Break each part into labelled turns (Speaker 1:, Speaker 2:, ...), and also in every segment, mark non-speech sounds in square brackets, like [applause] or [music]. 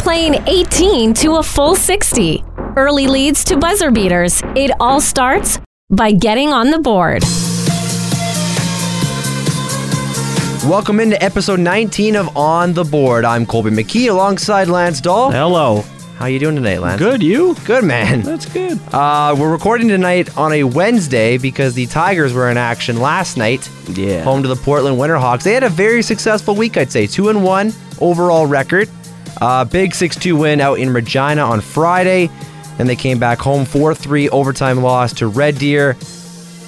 Speaker 1: playing 18 to a full 60. Early leads to buzzer beaters. It all starts by getting on the board.
Speaker 2: Welcome into episode 19 of On the Board. I'm Colby McKee alongside Lance Dahl.
Speaker 3: Hello.
Speaker 2: How you doing today, Lance?
Speaker 3: Good, you?
Speaker 2: Good man.
Speaker 3: That's good.
Speaker 2: Uh, we're recording tonight on a Wednesday because the Tigers were in action last night.
Speaker 3: Yeah.
Speaker 2: Home to the Portland Winterhawks. They had a very successful week, I'd say. 2 and 1 overall record. Uh, big 6 2 win out in Regina on Friday. Then they came back home 4 3 overtime loss to Red Deer.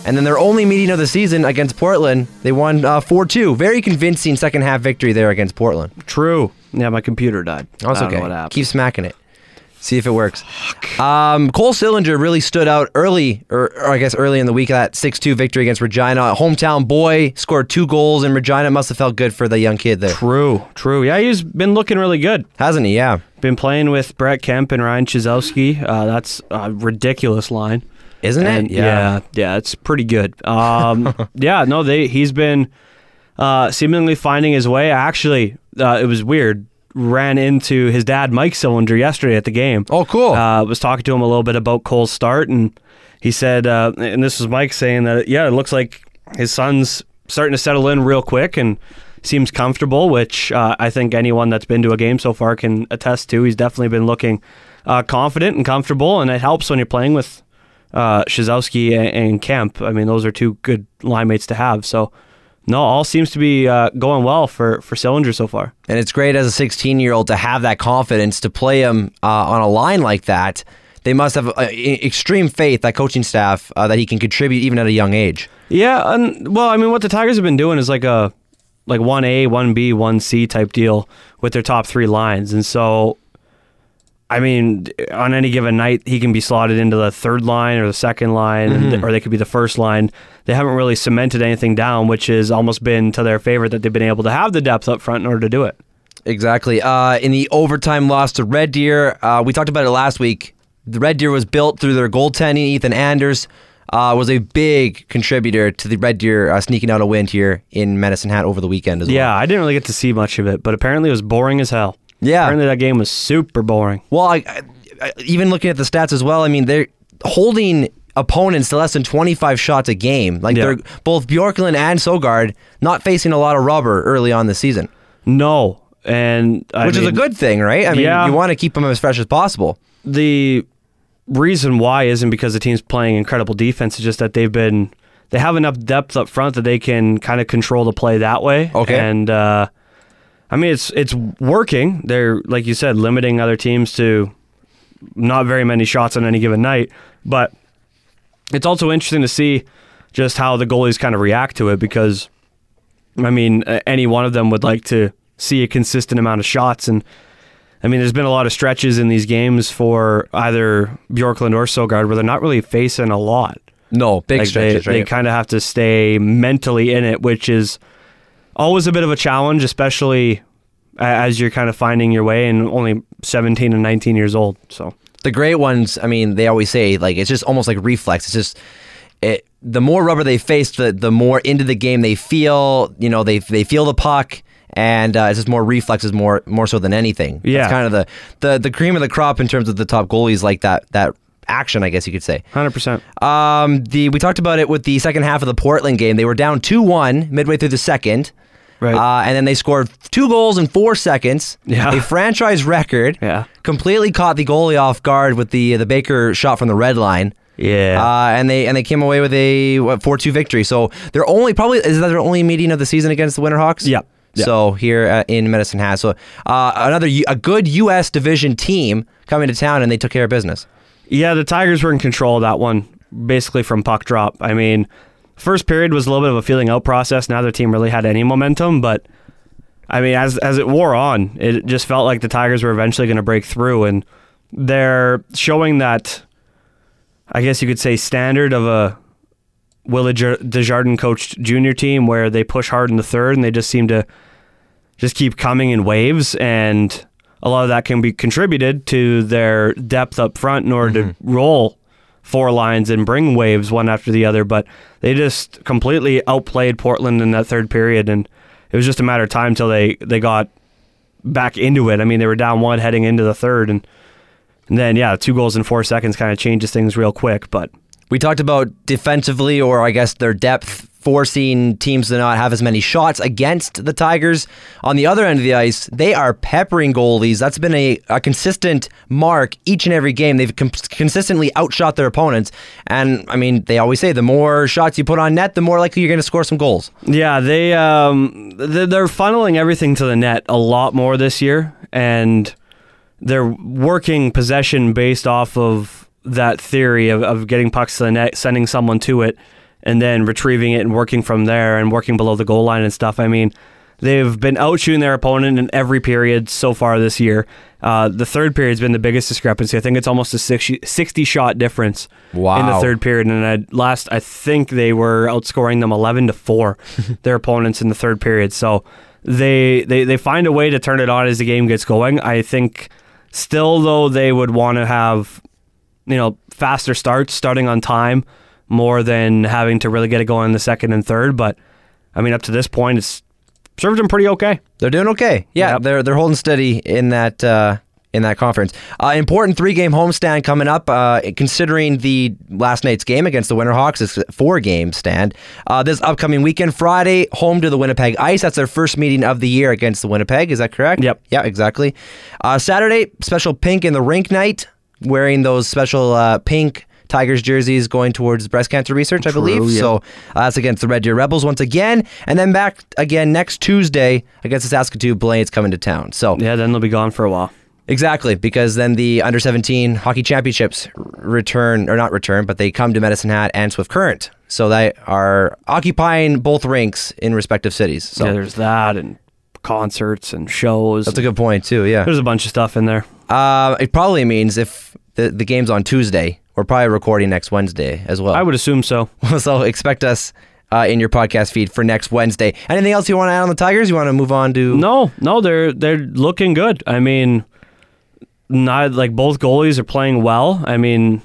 Speaker 2: And then their only meeting of the season against Portland, they won 4 2. Very convincing second half victory there against Portland.
Speaker 3: True. Yeah, my computer died.
Speaker 2: That's
Speaker 3: I don't
Speaker 2: okay.
Speaker 3: know what happened.
Speaker 2: Keep smacking it. See if it works. Um, Cole Sillinger really stood out early, or, or I guess early in the week, that 6 2 victory against Regina. Hometown boy scored two goals, and Regina must have felt good for the young kid there.
Speaker 3: True. True. Yeah, he's been looking really good.
Speaker 2: Hasn't he? Yeah.
Speaker 3: Been playing with Brett Kemp and Ryan Chizowski. Uh, that's a ridiculous line.
Speaker 2: Isn't
Speaker 3: And
Speaker 2: it?
Speaker 3: yeah, yeah, it's pretty good.
Speaker 2: [laughs]
Speaker 3: Um, yeah, no, they he's been uh, seemingly finding his way. Actually, uh, it was weird. Ran into his dad, Mike Sillinger, yesterday at the game.
Speaker 2: Oh, cool.
Speaker 3: Uh, was talking to him a little bit about Cole's start, and he said, uh, and this was Mike saying that, yeah, it looks like his son's starting to settle in real quick and seems comfortable, which uh, I think anyone that's been to a game so far can attest to. He's definitely been looking uh, confident and comfortable, and it helps when you're playing with uh, Shazowski and, and Kemp. I mean, those are two good line mates to have. So, no, all seems to be uh, going well for, for Sillinger so far.
Speaker 2: And it's great as a 16 year old to have that confidence to play him uh, on a line like that. They must have uh, e- extreme faith, that coaching staff, uh, that he can contribute even at a young age.
Speaker 3: Yeah, and well, I mean, what the Tigers have been doing is like a like one A, one B, one C type deal with their top three lines, and so I mean, on any given night, he can be slotted into the third line or the second line, and or they could be the first line. They haven't really cemented anything down, which has almost been to their favor that they've been able to have the depth up front in order to do it.
Speaker 2: Exactly. Uh, in the overtime loss to Red Deer, uh, we talked about it last week. The Red Deer was built through their goaltending. Ethan Anders uh, was a big contributor to the Red Deer uh, sneaking out a win here in Medicine Hat over the weekend as well.
Speaker 3: Yeah, I didn't really get to see much of it, but apparently it was boring as hell.
Speaker 2: Yeah.
Speaker 3: apparently that game was super boring.
Speaker 2: Well, I, I, I- even looking at the stats as well, I mean, they're holding opponents to less than 25 shots a game. Like,
Speaker 3: Yeah.
Speaker 2: they're both Bjorklund and Sogard not facing a lot of rubber early on this season,
Speaker 3: No, and I
Speaker 2: which is a
Speaker 3: mean-
Speaker 2: good thing, right? I mean,
Speaker 3: Yeah.
Speaker 2: you want to keep them as fresh as possible.
Speaker 3: the reason why isn't because the team's playing incredible defense. It's just that they've been they have enough depth up front that they can kind of control the play that way.
Speaker 2: Okay.
Speaker 3: and uh, I mean it's it's working. They're like you said, limiting other teams to not very many shots on any given night, but it's also interesting to see just how the goalies kind of react to it because I mean a- any one of them would like to see a consistent amount of shots and I mean there's been a lot of stretches in these games for either Bjorklund or Sogard where they're not really facing a lot.
Speaker 2: No, big
Speaker 3: Like they,
Speaker 2: stretches,
Speaker 3: they
Speaker 2: right?
Speaker 3: kind of have to stay mentally in it, which is always a bit of a challenge, especially a- as you're kind of finding your way and only 17 and 19 years old. So
Speaker 2: the great ones, I mean, they always say like it's just almost like reflex. It's just it. The more rubber they face, the the more into the game they feel. You know, they they feel the puck, and uh, it's just more reflexes, more more so than anything. That's
Speaker 3: Yeah.
Speaker 2: kind of the, the the cream of the crop in terms of the top goalies like that that action, I guess you could say.
Speaker 3: 100%.
Speaker 2: Um, the we talked about it with the second half of the Portland game. They were down two one midway through the second.
Speaker 3: Right.
Speaker 2: Uh, and then they scored two goals in four seconds.
Speaker 3: Yeah.
Speaker 2: A franchise record.
Speaker 3: [laughs] Yeah.
Speaker 2: Completely caught the goalie off guard with the the Baker shot from the red line.
Speaker 3: Yeah.
Speaker 2: Uh, and they and they came away with a what four two victory. So they're only probably is that their only meeting of the season against the Winterhawks.
Speaker 3: Yeah. Yeah.
Speaker 2: So here uh, in Medicine Hat, so uh, another U- a good U.S. division team coming to town, and they took care of business.
Speaker 3: Yeah, the Tigers were in control of that one, basically from puck drop. I mean, first period was a little bit of a feeling out process. Neither team really had any momentum, but I mean, as as it wore on, it just felt like the Tigers were eventually going to break through, and they're showing that. I guess you could say standard of a Willie Jar- Desjardins coached junior team where they push hard in the third and they just seem to just keep coming in waves and a lot of that can be contributed to their depth up front in order to roll four lines and bring waves one after the other but they just completely outplayed Portland in that third period and it was just a matter of time till they they got back into it. I mean, they were down one heading into the third, and, and then yeah, two goals in four seconds kind of changes things real quick. But
Speaker 2: We talked about defensively, or I guess their depth, forcing teams to not have as many shots against the Tigers. On the other end of the ice, they are peppering goalies. That's been a, a consistent mark each and every game. They've com- consistently outshot their opponents. And I mean, they always say the more shots you put on net, the more likely you're going to score some goals.
Speaker 3: Yeah, they um th- they're funneling everything to the net a lot more this year, and they're working possession based off of that theory of, of getting pucks to the net, sending someone to it, and then retrieving it and working from there and working below the goal line and stuff. I mean, they've been out shooting their opponent in every period so far this year. Uh, the third period's been the biggest discrepancy. I think it's almost a 60, 60 shot difference in
Speaker 2: Wow.
Speaker 3: the third period, and I, last I think they were outscoring them eleven to [laughs] four, their opponents in the third period. So they, they they find a way to turn it on as the game gets going. I think still though they would want to have you know faster starts, starting on time, more than having to really get it going in the second and third. But I mean, up to this point, it's served them pretty okay.
Speaker 2: They're doing okay. Yeah,
Speaker 3: Yep.
Speaker 2: they're they're holding steady in that uh, in that conference. Uh, important three game homestand coming up. Uh, considering the last night's game against the Winterhawks, it's a four game stand. Uh, this upcoming weekend, Friday, home to the Winnipeg Ice. That's their first meeting of the year against the Winnipeg. Is that correct?
Speaker 3: Yep.
Speaker 2: Yeah, exactly. Uh, Saturday, special pink in the rink night. Wearing those special uh, pink Tigers jerseys going towards breast cancer research, I believe.
Speaker 3: yeah.
Speaker 2: So uh, that's against the Red Deer Rebels once again, and then back again next Tuesday against the Saskatoon Blades coming to town. So
Speaker 3: Yeah, then they'll be gone for a while.
Speaker 2: exactly because then the under seventeen hockey championships r- return or not return, but they come to Medicine Hat and Swift Current. So they are occupying both rinks in respective cities. So
Speaker 3: Yeah, there's that and concerts and shows.
Speaker 2: that's a good point too. Yeah,
Speaker 3: there's a bunch of stuff in there.
Speaker 2: uh, it probably means if the the game's on Tuesday, we're probably recording next Wednesday as well.
Speaker 3: I would assume so.
Speaker 2: [laughs] so expect us. Uh, in your podcast feed for next Wednesday. Anything else you want to add on the Tigers? You want to move on to
Speaker 3: No, no, they're they're looking good. I mean, not like both goalies are playing well. I mean,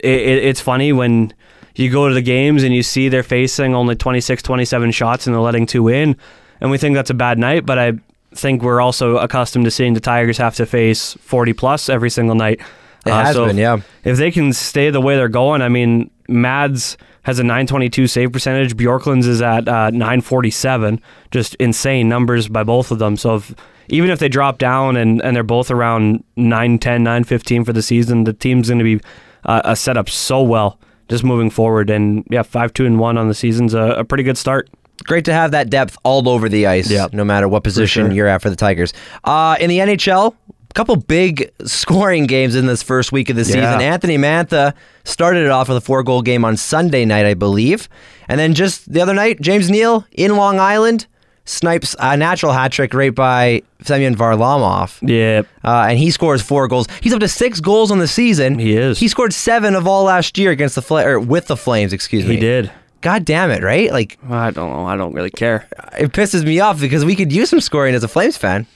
Speaker 3: it, it, it's funny when you go to the games and you see they're facing only 26, 27 shots and they're letting two in, and we think that's a bad night. But I think we're also accustomed to seeing the Tigers have to face 40 plus every single night. Uh,
Speaker 2: It has
Speaker 3: so
Speaker 2: been,
Speaker 3: if-
Speaker 2: yeah.
Speaker 3: If they can stay the way they're going, I mean, Mads has a 922 save percentage. Bjorklund's is at uh, 947. Just insane numbers by both of them. So if, even if they drop down and, and they're both around 910, 915 for the season, the team's going to be uh, uh, set up so well just moving forward. And yeah, 5 2 and 1 on the season's a, a pretty good start.
Speaker 2: great to have that depth all over the ice,
Speaker 3: Yeah.
Speaker 2: no matter what position
Speaker 3: sure.
Speaker 2: you're at for the Tigers. Uh, in the NHL, a couple big [laughs] scoring games in this first week of the
Speaker 3: Yeah.
Speaker 2: season. Anthony Mantha started it off with a four goal game on Sunday night, I believe. And then just the other night, James Neal in Long Island snipes a natural hat trick right by Semyon Varlamov.
Speaker 3: Yeah.
Speaker 2: Uh, and he scores four goals. He's up to six goals on the season.
Speaker 3: He is.
Speaker 2: He scored seven of all last year against the Fla- or with the Flames. Excuse me.
Speaker 3: He did.
Speaker 2: God damn it! Right? Like
Speaker 3: I don't know. I don't really care.
Speaker 2: it pisses me off because we could use some scoring as a Flames fan.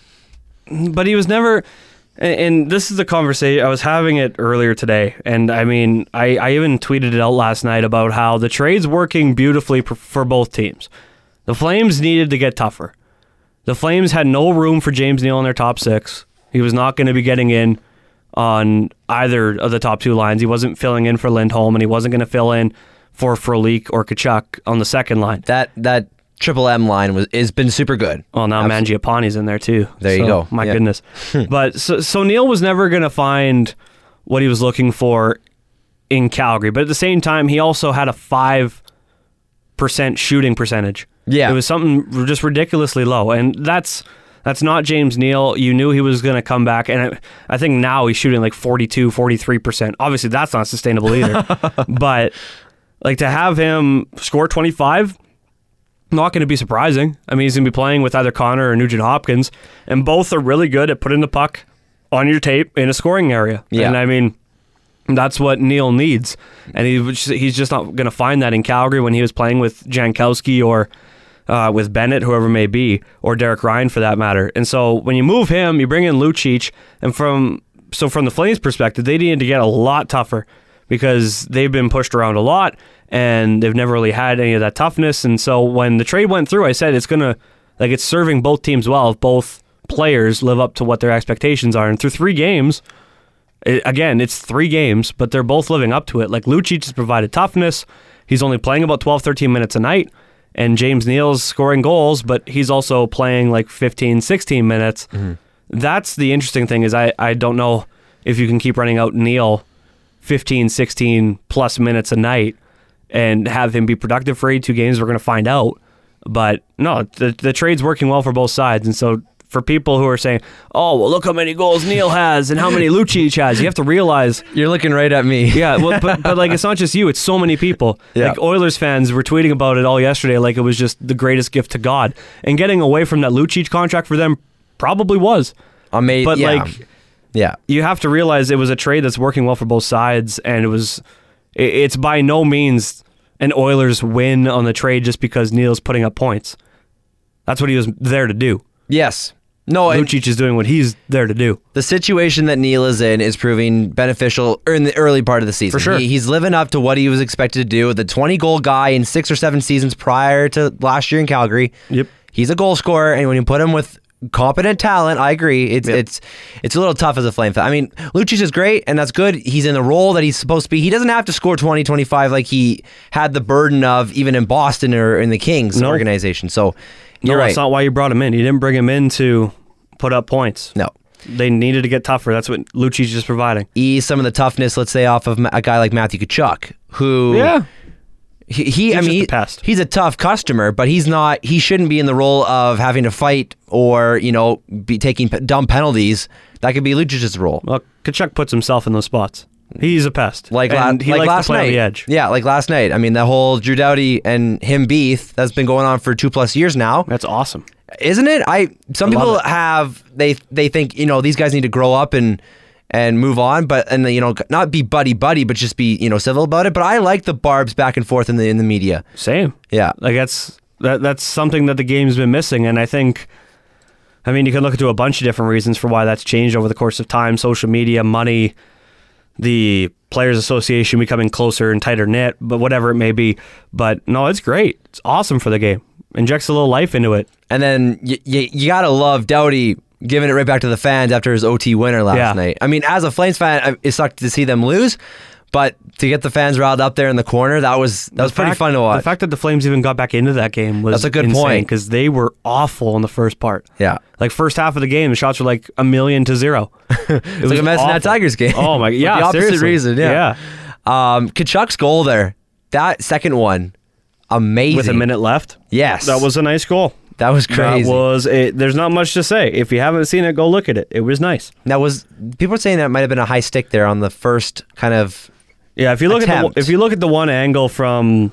Speaker 3: but he was never and, and this is the conversation i was having it earlier today and i mean I, I even tweeted it out last night about how the trade's working beautifully for, for both teams the flames needed to get tougher the flames had no room for james neal in their top six he was not going to be getting in on either of the top two lines he wasn't filling in for lindholm and he wasn't going to fill in for Frolik or Kachuk on the second line.
Speaker 2: That that triple M line was has been super good.
Speaker 3: Well, now Mangiapane's in there too.
Speaker 2: There you
Speaker 3: So,
Speaker 2: go.
Speaker 3: My
Speaker 2: Yeah. [laughs]
Speaker 3: goodness. but so, so Neil was never going to find what he was looking for in Calgary. But at the same time, he also had a five percent shooting percentage.
Speaker 2: Yeah.
Speaker 3: it was something r- just ridiculously low, and that's that's not James Neal. You knew he was going to come back, and I, I think now he's shooting like 42, 43 percent. Obviously, that's not
Speaker 2: [laughs]
Speaker 3: sustainable either. but like to have him score twenty five. Not going to be surprising. I mean, he's going to be playing with either Connor or Nugent Hopkins, and both are really good at putting the puck on your tape in a scoring area.
Speaker 2: Yeah.
Speaker 3: And I mean, that's what Neil needs, and he was- he's just not going to find that in Calgary when he was playing with Jankowski or uh, with Bennett, whoever it may be, or Derek Ryan for that matter. And so when you move him, you bring in Lucic, and from so from the Flames' perspective, they needed to get a lot tougher because they've been pushed around a lot and they've never really had any of that toughness. And so when the trade went through, I said it's gonna like it's serving both teams well if both players live up to what their expectations are. And through three games, it, again, it's three games, but they're both living up to it. Like Lucic has provided toughness. He's only playing about 12, 13 minutes a night. And James Neal's scoring goals, but he's also playing like 15, 16 minutes. That's the interesting thing is I, I don't know if you can keep running out Neal 15, 16 plus minutes a night and have him be productive for 82 games. We're going to find out. But no, the, the trade's working well for both sides. And so for people who are saying, oh, well, look how many goals Neil has and how many Lucic has, you have to realize.
Speaker 2: You're looking right at me.
Speaker 3: Yeah, well, but, but like it's not just you; it's so many people.
Speaker 2: Yeah.
Speaker 3: Like Oilers fans were tweeting about it all yesterday, like it was just the greatest gift to God. And getting away from that Lucic contract for them probably was,
Speaker 2: Amazing.
Speaker 3: but
Speaker 2: yeah.
Speaker 3: like
Speaker 2: yeah.
Speaker 3: you have to realize it was a trade that's working well for both sides, and it was i- it's by no means an Oilers win on the trade just because Neil's putting up points. That's what he was there to do.
Speaker 2: Yes. No, and
Speaker 3: Lucic is doing what he's there to do.
Speaker 2: the situation that Neil is in is proving beneficial in the early part of the season.
Speaker 3: For sure.
Speaker 2: He- he's living up to what he was expected to do. The 20 goal guy in six or seven seasons prior to last year in Calgary.
Speaker 3: Yep.
Speaker 2: He's a goal scorer, and when you put him with competent talent, I agree. It's it's it's a little tough as a flame fan. I mean, Lucic is great, and that's good. He's in the role that he's supposed to be. He doesn't have to score 20, 25 like he had the burden of even in Boston or in the Kings
Speaker 3: No.
Speaker 2: organization. So
Speaker 3: No,
Speaker 2: you're right.
Speaker 3: that's not why you brought him in. You didn't bring him in to put up points.
Speaker 2: no.
Speaker 3: They needed to get tougher. That's what Lucci's just providing.
Speaker 2: ease some of the toughness, let's say, off of ma- a guy like Matthew Kachuk, who he, he I
Speaker 3: just
Speaker 2: mean,
Speaker 3: a
Speaker 2: he-
Speaker 3: pest.
Speaker 2: he's a tough customer, but he's not. He shouldn't be in the role of having to fight or you know be taking p- dumb penalties. That could be Lucic's role,
Speaker 3: Well, Kachuk puts himself in those spots. He's a pest.
Speaker 2: like la-
Speaker 3: and he
Speaker 2: like
Speaker 3: likes
Speaker 2: last
Speaker 3: to play
Speaker 2: night.
Speaker 3: on the edge.
Speaker 2: Yeah, like last night. I mean, that whole Drew Doughty and him beef that's been going on for two plus years now.
Speaker 3: That's awesome.
Speaker 2: isn't it? I some
Speaker 3: I love
Speaker 2: people
Speaker 3: it.
Speaker 2: have they they think you know these guys need to grow up and and move on, but and you know not be buddy buddy, but just be you know civil about it. But I like the barbs back and forth in the in the media.
Speaker 3: Same.
Speaker 2: Yeah.
Speaker 3: Like that's that that's something that the game's been missing, and I think. I mean, you can look into a bunch of different reasons for why that's changed over the course of time: social media, money, the players' association becoming closer and tighter knit, but whatever it may be. But no, it's great. It's awesome for the game. Injects a little life into it.
Speaker 2: And then y- y- you gotta love Doughty giving it right back to the fans after his OT winner last
Speaker 3: Yeah.
Speaker 2: night. I mean, as a Flames fan, I- it sucked to see them lose, but to get the fans riled up there in the corner, that was that was
Speaker 3: The
Speaker 2: pretty
Speaker 3: fact-
Speaker 2: fun to watch.
Speaker 3: The fact that the Flames even got back into that game was
Speaker 2: That's a good point.
Speaker 3: because they were awful in the first part.
Speaker 2: Yeah.
Speaker 3: like first half of the game, the shots were like a million to
Speaker 2: [laughs]
Speaker 3: zero. It was
Speaker 2: like a Mets and that
Speaker 3: awful.
Speaker 2: Tigers game. [laughs]
Speaker 3: Oh my,
Speaker 2: For
Speaker 3: yeah,
Speaker 2: the opposite
Speaker 3: seriously.
Speaker 2: reason. Yeah. Um, Kachuk's goal there, that second one, amazing.
Speaker 3: with a minute left.
Speaker 2: Yes.
Speaker 3: that was a nice goal.
Speaker 2: That was crazy.
Speaker 3: That was it. There's not much to say. If you haven't seen it, go look at it. It was nice.
Speaker 2: Now was people are saying that might have been a high stick there on the first kind of.
Speaker 3: Yeah, if you look at
Speaker 2: Attempt.
Speaker 3: the, if you look at the one angle from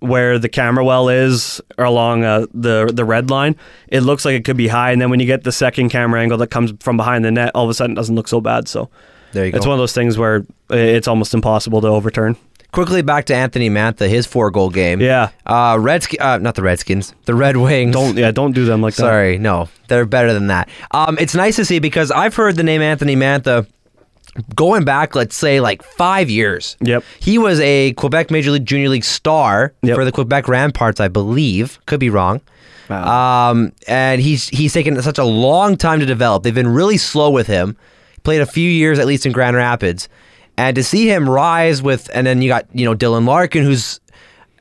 Speaker 3: where the camera well is along uh, the the red line, it looks like it could be high, and then when you get the second camera angle that comes from behind the net, all of a sudden it doesn't look so bad. So
Speaker 2: There you go.
Speaker 3: it's one of those things where uh, it's almost impossible to overturn.
Speaker 2: Quickly back to Anthony Mantha, his four goal game.
Speaker 3: Yeah.
Speaker 2: Uh, Redsk- uh not the Redskins, the Red Wings.
Speaker 3: Don't yeah, don't do them like that.
Speaker 2: Sorry, no, they're better than that. Um, it's nice to see because I've heard the name Anthony Mantha going back, let's say, like five years.
Speaker 3: Yep.
Speaker 2: He was a Quebec Major League Junior League star
Speaker 3: Yep.
Speaker 2: for the Quebec Ramparts, I believe. Could be wrong.
Speaker 3: Wow.
Speaker 2: Um, and he's he's taken such a long time to develop. They've been really slow with him. Played a few years at least in Grand Rapids, and to see him rise with, and then you got you know Dylan Larkin, who's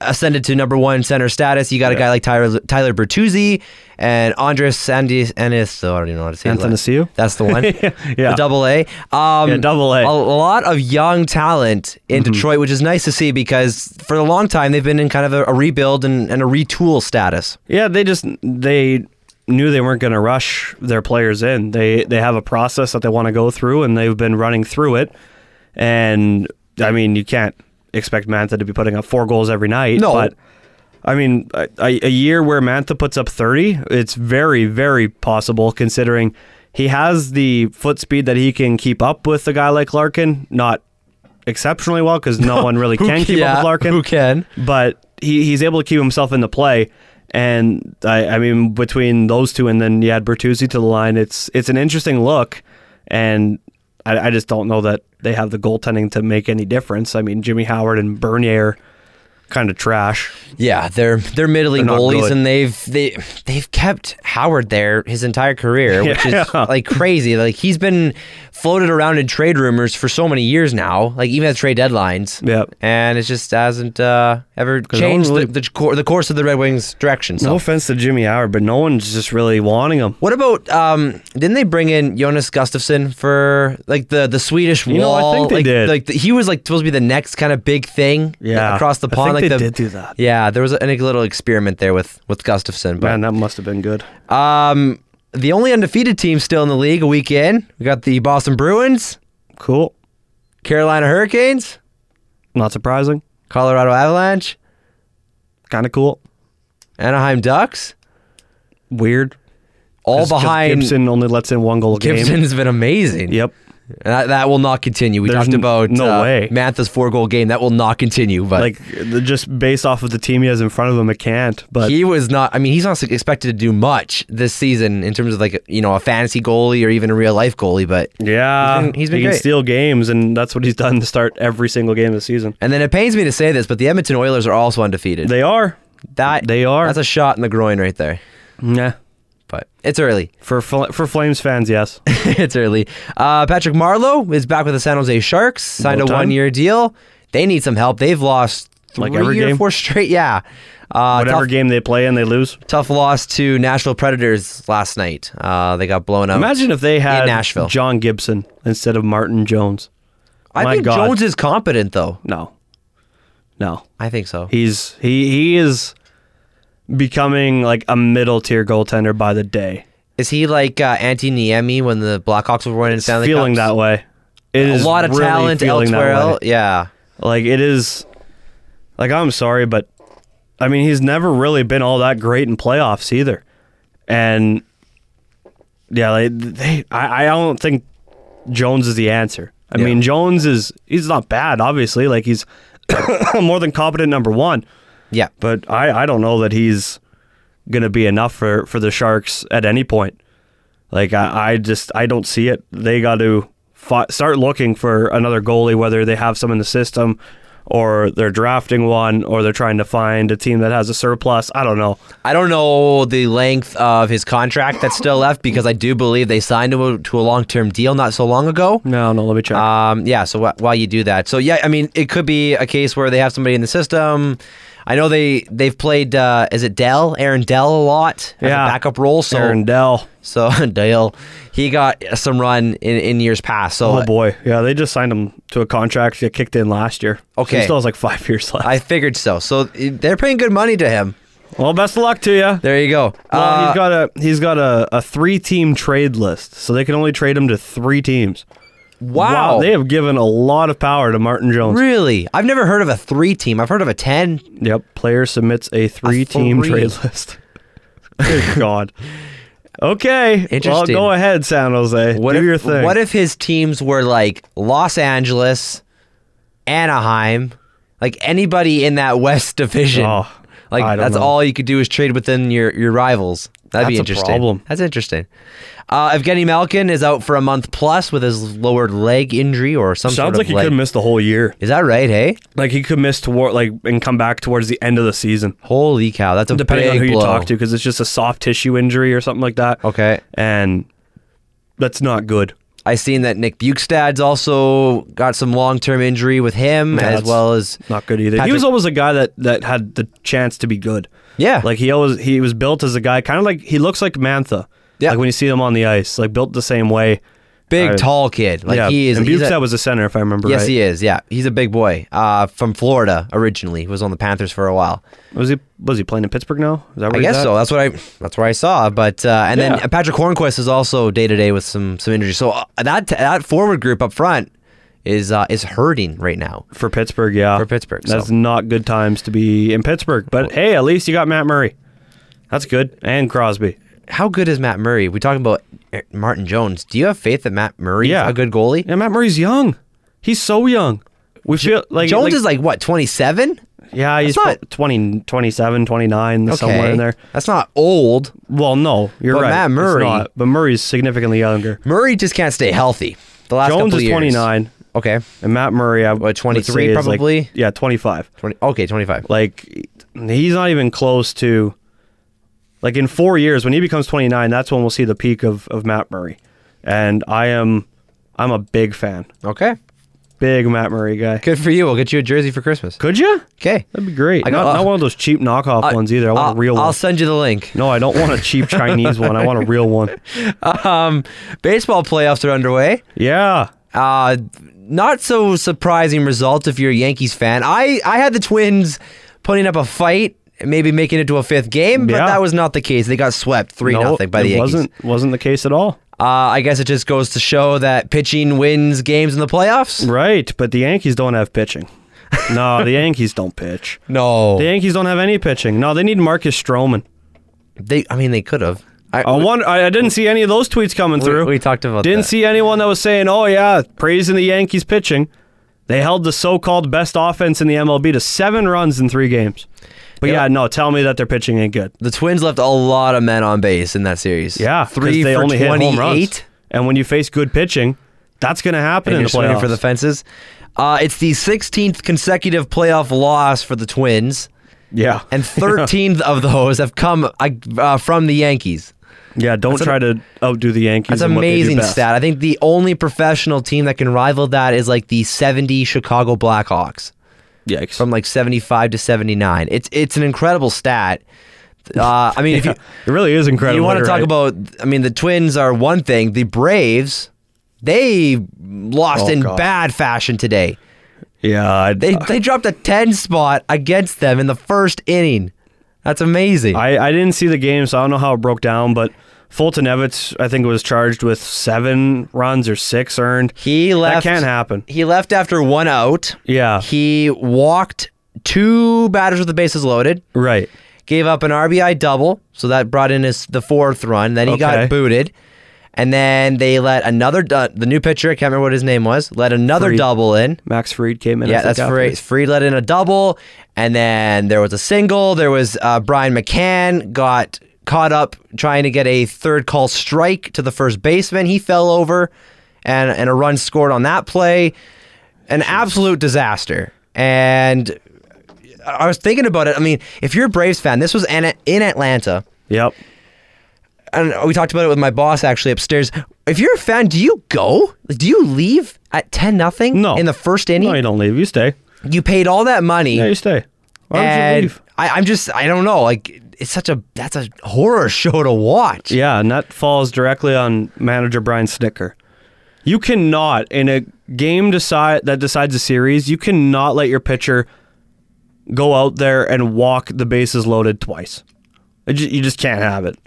Speaker 2: ascended to number one center status. You got a guy like Tyler Tyler Bertuzzi and Andres Sandis Ennis. I don't even know how to say his last-
Speaker 3: Antanasio?
Speaker 2: That's the one.
Speaker 3: [laughs] Yeah.
Speaker 2: The double A. Um,
Speaker 3: Yeah, double A. Mm-hmm.
Speaker 2: A lot of young talent in Detroit, which is nice to see because for a long time they've been in kind of a, a rebuild and, and a retool status.
Speaker 3: Yeah, they just they knew they weren't going to rush their players in. They they have a process that they want to go through, and they've been running through it. And I mean, you can't expect Mantha to be putting up four goals every night.
Speaker 2: No.
Speaker 3: but I mean, a, a a year where Mantha puts up thirty, it's very very possible considering he has the foot speed that he can keep up with a guy like Larkin. Not exceptionally well
Speaker 2: [laughs]
Speaker 3: because no, one really can keep up
Speaker 2: Yeah,
Speaker 3: with Larkin
Speaker 2: Who can?
Speaker 3: but he, he's able to keep himself in the play. And I, I mean, between those two, and then you add Bertuzzi to the line, it's it's an interesting look. And I, I just don't know that they have the goaltending to make any difference. I mean, Jimmy Howard and Bernier kind of trash.
Speaker 2: Yeah, they're they're middling
Speaker 3: They're not
Speaker 2: goalies,
Speaker 3: good.
Speaker 2: and they've they they've kept Howard there his entire
Speaker 3: [laughs]
Speaker 2: career, which is
Speaker 3: Yeah.
Speaker 2: like crazy. Like he's been floated around in trade rumors for so many years now, like even at trade deadlines.
Speaker 3: Yep.
Speaker 2: And it just hasn't uh, ever
Speaker 3: no
Speaker 2: changed
Speaker 3: one's
Speaker 2: the, the, cor- the course of the Red Wings' direction. So.
Speaker 3: No offense to Jimmy Howard, but no one's just really wanting him.
Speaker 2: What about um? Didn't they bring in Jonas Gustafsson for like the the Swedish
Speaker 3: know, I
Speaker 2: wall?
Speaker 3: think they
Speaker 2: like,
Speaker 3: did.
Speaker 2: Like the, he was like supposed to be the next kind of big thing.
Speaker 3: Yeah.
Speaker 2: across the
Speaker 3: I
Speaker 2: pond.
Speaker 3: think
Speaker 2: like
Speaker 3: they
Speaker 2: the,
Speaker 3: did do that.
Speaker 2: Yeah, there was a, a little experiment there with with Gustafsson. But
Speaker 3: Man, that must have been good.
Speaker 2: um, the only undefeated team still in the league a week in. We got the Boston Bruins,
Speaker 3: Cool.
Speaker 2: Carolina Hurricanes,
Speaker 3: Not surprising.
Speaker 2: Colorado Avalanche,
Speaker 3: Kind of cool.
Speaker 2: Anaheim Ducks,
Speaker 3: Weird.
Speaker 2: all
Speaker 3: 'Cause- 'cause
Speaker 2: behind.
Speaker 3: Gibson only lets in one goal a game.
Speaker 2: has been amazing.
Speaker 3: Yep.
Speaker 2: And that, that will not continue. We
Speaker 3: There's
Speaker 2: talked
Speaker 3: n-
Speaker 2: about
Speaker 3: no
Speaker 2: uh,
Speaker 3: way.
Speaker 2: Mantha's four goal game. That will not continue. But
Speaker 3: Like the- just based off of the team he has in front of him, it can't. But
Speaker 2: he was not. I mean, he's not expected to do much this season in terms of like you know a fantasy goalie or even a real life goalie. But
Speaker 3: yeah,
Speaker 2: He's been- he's been
Speaker 3: he can
Speaker 2: great.
Speaker 3: steal games, and that's what he's [laughs] done to start every single game this season.
Speaker 2: and then it pains me to say this, but the Edmonton Oilers are also undefeated.
Speaker 3: They are.
Speaker 2: that
Speaker 3: they are.
Speaker 2: That's a shot in the groin right there.
Speaker 3: Yeah.
Speaker 2: But it's early. [laughs]
Speaker 3: For Fl- for Flames fans, yes.
Speaker 2: it's early. Uh, Patrick Marlowe is back with the San Jose Sharks. Signed
Speaker 3: About
Speaker 2: a
Speaker 3: time.
Speaker 2: one-year deal. They need some help. They've lost three
Speaker 3: Like every
Speaker 2: or
Speaker 3: game?
Speaker 2: four straight. Yeah. Uh,
Speaker 3: Whatever
Speaker 2: tough-
Speaker 3: game they play and they lose.
Speaker 2: Tough loss to Nashville Predators last night. Uh, they got blown out.
Speaker 3: Imagine if they had
Speaker 2: Nashville.
Speaker 3: John Gibson instead of Martin Jones.
Speaker 2: I
Speaker 3: my
Speaker 2: think
Speaker 3: God.
Speaker 2: Jones is competent though.
Speaker 3: No. No.
Speaker 2: I think so.
Speaker 3: He's he he is becoming like a middle tier goaltender by the day.
Speaker 2: Is he like uh, anti Niemi when the Blackhawks were winning Stanley
Speaker 3: feeling
Speaker 2: Cups?
Speaker 3: that way. It
Speaker 2: A
Speaker 3: is
Speaker 2: lot of
Speaker 3: really
Speaker 2: talent
Speaker 3: feeling that
Speaker 2: elsewhere. el-
Speaker 3: way.
Speaker 2: Yeah.
Speaker 3: Like it is like I'm sorry, but I mean he's never really been all that great in playoffs either. And yeah, like they I, I don't think Jones is the answer. I mean Jones is he's not bad, obviously. Like he's [coughs] more than competent number one.
Speaker 2: Yeah.
Speaker 3: But I, I don't know that he's gonna be enough for, for the Sharks at any point. Like I, I just I don't see it. They got to fi- start looking for another goalie, whether they have some in the system, or they're drafting one, or they're trying to find a team that has a surplus. I don't know.
Speaker 2: I don't know the length of his contract that's still left because I do believe they signed him to a long term deal not so long ago.
Speaker 3: No, no. Let me check.
Speaker 2: Um, yeah, so wh- while you do that, so yeah, I mean, it could be a case where they have somebody in the system. I know they they've played uh, is it Dell Aaron Dell a lot as
Speaker 3: Yeah.
Speaker 2: a backup role. So
Speaker 3: Aaron Dell.
Speaker 2: so [laughs] Dale, he got some run in, in years past. So
Speaker 3: Oh boy, yeah. They just signed him to a contract. He got kicked in last year. So
Speaker 2: Okay.
Speaker 3: he still has like five years left.
Speaker 2: I figured so. So eh, they're paying good money to him.
Speaker 3: well, best of luck to you.
Speaker 2: There you go.
Speaker 3: Well,
Speaker 2: Uh,
Speaker 3: he's got a he's got a, a three team trade list, so they can only trade him to three teams.
Speaker 2: wow,
Speaker 3: they have given a lot of power to Martin Jones.
Speaker 2: really? I've never heard of a three team. I've heard of a ten.
Speaker 3: Yep, player submits a three team
Speaker 2: three.
Speaker 3: trade list. [laughs] Good God. Okay, well,
Speaker 2: Interesting.
Speaker 3: go ahead, San Jose.
Speaker 2: What
Speaker 3: Do
Speaker 2: if,
Speaker 3: your thing.
Speaker 2: What if his teams were like Los Angeles, Anaheim, like anybody in that West [laughs] division?
Speaker 3: Oh,
Speaker 2: like
Speaker 3: I don't
Speaker 2: that's
Speaker 3: know.
Speaker 2: all you could do is trade within your, your rivals. That'd be
Speaker 3: That's a
Speaker 2: interesting.
Speaker 3: problem.
Speaker 2: That's interesting. Uh, Evgeny Malkin is out for a month plus with his lower leg injury or some sort
Speaker 3: Sounds
Speaker 2: of
Speaker 3: like he
Speaker 2: leg-
Speaker 3: could miss the whole year.
Speaker 2: Is that right? Hey,
Speaker 3: Like he could miss toward like and come back towards the end of the season,
Speaker 2: holy cow! That's a
Speaker 3: depending
Speaker 2: big
Speaker 3: on who
Speaker 2: blow.
Speaker 3: you talk to, because it's just a soft tissue injury or something like that.
Speaker 2: Okay.
Speaker 3: and that's not good.
Speaker 2: I seen that Nick Bukestad's also got some long term injury with him, as
Speaker 3: that's
Speaker 2: well as
Speaker 3: Not good either.
Speaker 2: Patrick-
Speaker 3: he was always a guy that that had the chance to be good.
Speaker 2: Yeah.
Speaker 3: Like he always he was built as a guy kind of like he looks like Mantha.
Speaker 2: Yeah.
Speaker 3: Like when you see him on the ice, like built the same way.
Speaker 2: big
Speaker 3: I-
Speaker 2: tall kid. Like
Speaker 3: uh, yeah.
Speaker 2: he is.
Speaker 3: And
Speaker 2: he's a-
Speaker 3: Bukestad was a center if I remember
Speaker 2: yes,
Speaker 3: right.
Speaker 2: he is. Yeah, he's a big boy. Uh, from Florida originally. He was on the Panthers for a while.
Speaker 3: Was he was he playing in Pittsburgh now? Is that where
Speaker 2: I
Speaker 3: he's
Speaker 2: guess
Speaker 3: at?
Speaker 2: so. That's what I. That's what I saw. But uh, and
Speaker 3: Yeah.
Speaker 2: then Patrick Hornquist is also day to day with some some injuries. So uh, that that forward group up front is uh, is hurting right now.
Speaker 3: For Pittsburgh, yeah.
Speaker 2: For Pittsburgh,
Speaker 3: That's
Speaker 2: so.
Speaker 3: not good times to be in Pittsburgh. But hey, at least you got Matt Murray. That's good. And Crosby.
Speaker 2: How good is Matt Murray? We talking about uh, Martin Jones. Do you have faith that Matt Murray
Speaker 3: Yeah.
Speaker 2: is a good goalie?
Speaker 3: Yeah, Matt Murray's young. He's so young. We feel like
Speaker 2: Jones
Speaker 3: like,
Speaker 2: is like what twenty seven.
Speaker 3: yeah, he's
Speaker 2: That's
Speaker 3: pro- 20, 27, 29, somewhere in there.
Speaker 2: That's not old.
Speaker 3: Well, no, you're
Speaker 2: But
Speaker 3: right.
Speaker 2: Matt
Speaker 3: It's
Speaker 2: Murray-
Speaker 3: not, but Murray's significantly younger.
Speaker 2: Murray just can't stay healthy. The last
Speaker 3: Jones
Speaker 2: couple
Speaker 3: is
Speaker 2: years.
Speaker 3: 29.
Speaker 2: Okay.
Speaker 3: And Matt Murray, I
Speaker 2: What,
Speaker 3: would
Speaker 2: 23
Speaker 3: say is, like-
Speaker 2: probably?
Speaker 3: yeah, 25.
Speaker 2: 20, okay, 25.
Speaker 3: Like he's not even close to like in four years when he becomes 29. That's when we'll see the peak of of Matt Murray, and I am I'm a big fan,
Speaker 2: Okay.
Speaker 3: big Matt Murray guy.
Speaker 2: Good for you. We'll get you a jersey for Christmas.
Speaker 3: Could you?
Speaker 2: Okay.
Speaker 3: That'd be great.
Speaker 2: I got-
Speaker 3: not, not one of those cheap knockoff ones either. I want
Speaker 2: I'll,
Speaker 3: a real
Speaker 2: I'll
Speaker 3: one.
Speaker 2: send you the link.
Speaker 3: no, I don't want a cheap Chinese one. I want a real
Speaker 2: [laughs]
Speaker 3: one.
Speaker 2: Um, baseball playoffs are underway.
Speaker 3: Yeah.
Speaker 2: Uh, not so surprising result if you're a Yankees fan. I, I had the Twins putting up a fight, maybe making it to a fifth game, but
Speaker 3: Yeah.
Speaker 2: that was not the case. They got swept 3
Speaker 3: No,
Speaker 2: nothing by the
Speaker 3: it
Speaker 2: Yankees.
Speaker 3: wasn't wasn't the case at all.
Speaker 2: Uh, I guess it just goes to show that pitching wins games in the playoffs.
Speaker 3: Right, but the Yankees don't have pitching.
Speaker 2: [laughs]
Speaker 3: No, the Yankees don't pitch.
Speaker 2: No,
Speaker 3: The Yankees don't have any pitching. No, they need Marcus Stroman.
Speaker 2: they. I mean, they could have. I,
Speaker 3: I wonder, I I didn't see any of those tweets coming
Speaker 2: we,
Speaker 3: through.
Speaker 2: we talked about
Speaker 3: didn't
Speaker 2: that.
Speaker 3: see anyone that was saying, "Oh yeah, praising the Yankees pitching." They held the so-called best offense in the MLB to seven runs in three games. But
Speaker 2: Yeah.
Speaker 3: yeah, no, tell me that their pitching ain't good.
Speaker 2: the Twins left a lot of men on base in that series.
Speaker 3: Yeah, 'cause
Speaker 2: three
Speaker 3: they
Speaker 2: for
Speaker 3: only hit home runs.
Speaker 2: twenty-eight.
Speaker 3: And when you face good pitching, that's going to happen
Speaker 2: And
Speaker 3: in
Speaker 2: you're
Speaker 3: the
Speaker 2: swinging
Speaker 3: playoffs.
Speaker 2: for the fences. Uh, it's the 16th consecutive playoff loss for the Twins,
Speaker 3: [laughs] yeah,
Speaker 2: and 13 of those have come uh, uh, from the Yankees.
Speaker 3: yeah. Don't try to outdo the Yankees.
Speaker 2: That's
Speaker 3: in what they do
Speaker 2: amazing
Speaker 3: best.
Speaker 2: stat. I think the only professional team that can rival that is like the 70 Chicago Blackhawks.
Speaker 3: Yikes.
Speaker 2: from like 75 to 79. It's it's an incredible stat. Uh, I mean, if you,
Speaker 3: [laughs] it really is incredible.
Speaker 2: you want to
Speaker 3: you're
Speaker 2: talk
Speaker 3: right.
Speaker 2: about, I mean, the Twins are one thing. The Braves, they lost
Speaker 3: Oh,
Speaker 2: in
Speaker 3: God. Uh,
Speaker 2: bad fashion today.
Speaker 3: yeah, I'd-
Speaker 2: They they dropped a 10 spot against them in the first inning. That's amazing.
Speaker 3: I, I didn't see the game, so I don't know how it broke down, but Fulton Evans, I think, was charged with seven runs or six earned.
Speaker 2: he left.
Speaker 3: That can't happen.
Speaker 2: He left after one out.
Speaker 3: Yeah.
Speaker 2: He walked two batters with the bases loaded.
Speaker 3: Right.
Speaker 2: gave up an RBI double, so that brought in his the fourth run. Then he
Speaker 3: Okay.
Speaker 2: got booted, and then they let another du- the new pitcher. I can't remember what his name was. Let another
Speaker 3: Freed.
Speaker 2: double in.
Speaker 3: Max Fried came in. I
Speaker 2: Yeah,
Speaker 3: think,
Speaker 2: that's
Speaker 3: after.
Speaker 2: Freed. Freed let in a double, and then there was a single. There was uh, Brian McCann got caught up trying to get a third call strike to the first baseman. He fell over, and and a run scored on that play. An absolute disaster. And I was thinking about it. I mean, if you're a Braves fan, this was in, in Atlanta.
Speaker 3: Yep.
Speaker 2: And we talked about it with my boss actually upstairs. If you're a fan, do you go? Do you leave at 10 nothing
Speaker 3: No.
Speaker 2: in the first inning?
Speaker 3: No, you don't leave. You stay.
Speaker 2: You paid all that money.
Speaker 3: Yeah, you stay. Why don't you
Speaker 2: and
Speaker 3: leave?
Speaker 2: I, I'm just, I don't know. Like, it's such a, that's a horror show to watch.
Speaker 3: Yeah, and that falls directly on manager Brian Snicker. You cannot in a game decide that decides a series, you cannot let your pitcher go out there and walk the bases loaded twice. It ju- You just can't have it.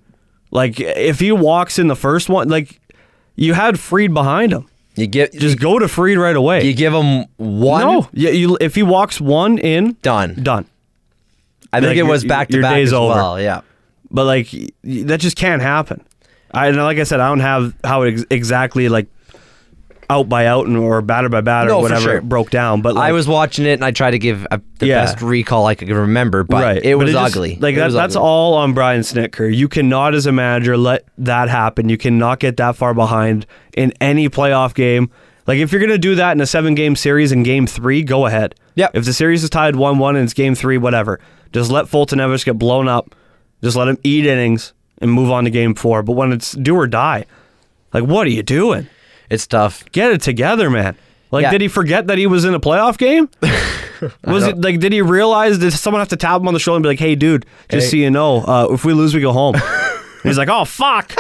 Speaker 3: Like if he walks in the first one, like you had Freed behind him,
Speaker 2: You give,
Speaker 3: just go to Freed right away.
Speaker 2: you give them one.
Speaker 3: no, yeah, you, if he walks one in,
Speaker 2: Done.
Speaker 3: done.
Speaker 2: I think
Speaker 3: Like,
Speaker 2: it
Speaker 3: your-
Speaker 2: was back to
Speaker 3: your
Speaker 2: back
Speaker 3: day's
Speaker 2: as
Speaker 3: over.
Speaker 2: well. Yeah.
Speaker 3: but like y- that just can't happen. I and like I said, I don't have how it ex- exactly like out by out and or batter by batter
Speaker 2: No, for
Speaker 3: or whatever
Speaker 2: sure.
Speaker 3: it broke down. But like,
Speaker 2: I was watching it and I tried to give a, the
Speaker 3: Yeah.
Speaker 2: best recall I could remember, but
Speaker 3: right.
Speaker 2: it
Speaker 3: But
Speaker 2: was
Speaker 3: just-
Speaker 2: ugly.
Speaker 3: like
Speaker 2: It
Speaker 3: that,
Speaker 2: was
Speaker 3: that's
Speaker 2: ugly.
Speaker 3: all on Brian Snitker. You cannot, as a manager, let that happen. You cannot get that far behind in any playoff game. Like if you're gonna do that in a seven game series in game three, go ahead.
Speaker 2: Yep.
Speaker 3: If the series is tied one one and it's game three, whatever. Just let Fulton Evers get blown up. Just let him eat innings and move on to game four. But when it's do or die, like what are you doing?
Speaker 2: It's
Speaker 3: [laughs]
Speaker 2: tough.
Speaker 3: get it together, man. Like,
Speaker 2: Yeah.
Speaker 3: did he forget that he was in a
Speaker 2: [laughs]
Speaker 3: playoff game? was it like, did he realize? Did someone have to tap him on the shoulder and be like, "Hey, dude, just
Speaker 2: Hey.
Speaker 3: so you know, uh, if we lose, we
Speaker 2: [laughs]
Speaker 3: go home." And he's like, "Oh fuck,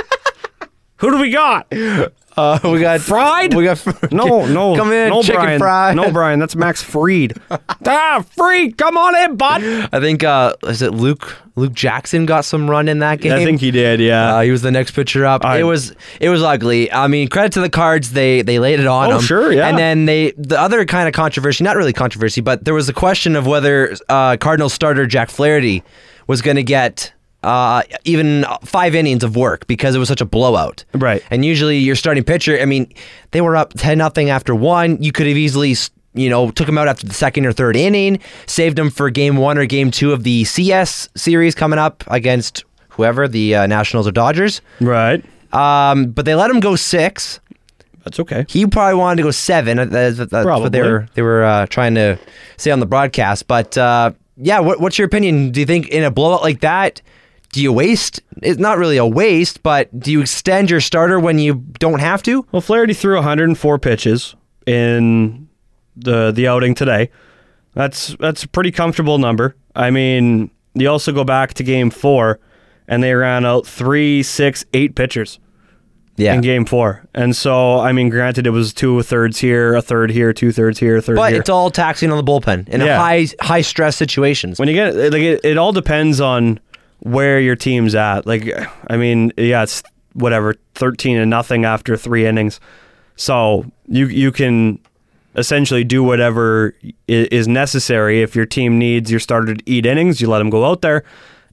Speaker 3: who do we got?
Speaker 2: Uh,
Speaker 3: Oh,
Speaker 2: we got
Speaker 3: Fried?
Speaker 2: We got [laughs] fr-
Speaker 3: No, no,
Speaker 2: Come in,
Speaker 3: no,
Speaker 2: chicken
Speaker 3: Brian,
Speaker 2: fried.
Speaker 3: no, [laughs] Brian, that's Max
Speaker 2: [laughs]
Speaker 3: Freed. ah, Freed, come on in, bud.
Speaker 2: I think uh, is it Luke? Luke Jackson got some run in that game.
Speaker 3: I think he did, yeah.
Speaker 2: Uh, he was the next pitcher up.
Speaker 3: I-
Speaker 2: it was it was ugly. I mean, credit to the Cards. They they laid it on
Speaker 3: Oh,
Speaker 2: him.
Speaker 3: sure, yeah.
Speaker 2: And then they the other kind of controversy, not really controversy, but there was a question of whether uh, Cardinal starter Jack Flaherty was going to get uh, even five innings of work because it was such a blowout.
Speaker 3: Right.
Speaker 2: And usually your starting pitcher, I mean, they were up 10 nothing after one. You could have easily, you know, took him out after the second or third inning, saved him for game one or game two of the CS series coming up against whoever, the uh, Nationals or Dodgers.
Speaker 3: right.
Speaker 2: Um, but they let him go six.
Speaker 3: That's okay.
Speaker 2: He probably wanted to go seven. That- That's, that's what they
Speaker 3: Probably.
Speaker 2: were they were uh, trying to say on the broadcast. But uh, yeah, what, what's your opinion? Do you think in a blowout like that, do you waste? It's not really a waste, but do you extend your starter when you don't have to?
Speaker 3: Well, Flaherty threw 104 pitches in the the outing today. That's that's a pretty comfortable number. I mean, you also go back to game four, and they ran out three, six, eight pitchers
Speaker 2: Yeah,
Speaker 3: in game four. And so, I mean, granted, it was two thirds here, a third here, two thirds here, a third
Speaker 2: but
Speaker 3: here.
Speaker 2: it's all taxing on the bullpen in a
Speaker 3: Yeah.
Speaker 2: high high stress situations.
Speaker 3: when you get like it, it all depends on where your team's at like i mean yeah it's whatever 13 and nothing after three innings so you you can essentially do whatever i- is necessary if your team needs your starter to eat innings you let him go out there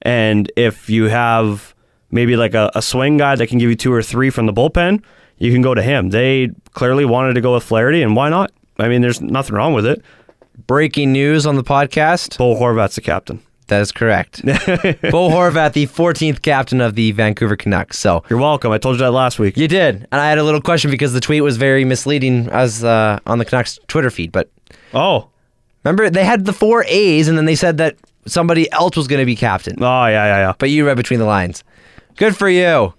Speaker 3: and if you have maybe like a, a swing guy that can give you two or three from the bullpen you can go to him they clearly wanted to go with flaherty and why not i mean there's nothing wrong with it
Speaker 2: Breaking news on the podcast.
Speaker 3: bo horvat's the captain
Speaker 2: That is correct. [laughs] Bo Horvat, the 14th captain of the Vancouver Canucks. So
Speaker 3: You're welcome. I told you that last week.
Speaker 2: You did, and I had a little question because the tweet was very misleading as uh, on the Canucks Twitter feed. But
Speaker 3: Oh.
Speaker 2: remember, they had the four A's, and then they said that somebody else was going to be captain.
Speaker 3: Oh, yeah, yeah, yeah.
Speaker 2: But you read between the lines. Good for you.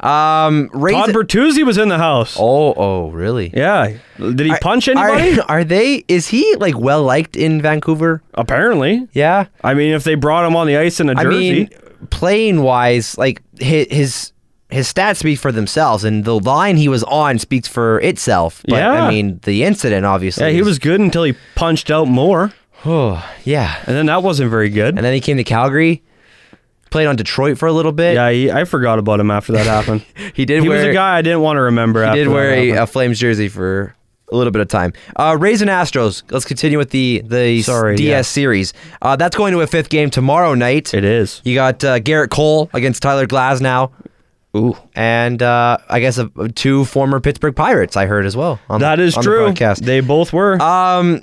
Speaker 2: Um, raise
Speaker 3: Todd Bertuzzi was in the house.
Speaker 2: oh, oh, really?
Speaker 3: Yeah. Did he punch anybody?
Speaker 2: [laughs] Are, are they? Is he like well liked in Vancouver?
Speaker 3: Apparently.
Speaker 2: Yeah.
Speaker 3: I mean, if they brought him on the ice in a
Speaker 2: I
Speaker 3: jersey.
Speaker 2: mean, playing wise, like his. his his stats speak for themselves, and the line he was on speaks for itself. But
Speaker 3: Yeah.
Speaker 2: I mean, the incident obviously.
Speaker 3: yeah, he
Speaker 2: is-
Speaker 3: was good until he punched out more,
Speaker 2: Oh, yeah.
Speaker 3: and then that wasn't very good.
Speaker 2: And then he came to Calgary, played on Detroit for a little bit.
Speaker 3: yeah, he, I forgot about him after that happened.
Speaker 2: [laughs] He did
Speaker 3: he
Speaker 2: wear
Speaker 3: was a guy I didn't want to remember.
Speaker 2: he
Speaker 3: after
Speaker 2: did
Speaker 3: that
Speaker 2: wear a,
Speaker 3: happened.
Speaker 2: a Flames jersey for a little bit of time. Uh Rays and Astros. Let's continue with the the s-
Speaker 3: Sorry,
Speaker 2: DS
Speaker 3: yeah.
Speaker 2: series. Uh, that's going to a fifth game tomorrow night.
Speaker 3: It is.
Speaker 2: You got uh, Garrett Cole against Tyler Glasnow. Ooh. And uh, I guess uh, two former Pittsburgh Pirates I heard as well. On
Speaker 3: That
Speaker 2: the,
Speaker 3: is
Speaker 2: on
Speaker 3: true.
Speaker 2: The broadcast.
Speaker 3: They both were.
Speaker 2: Um,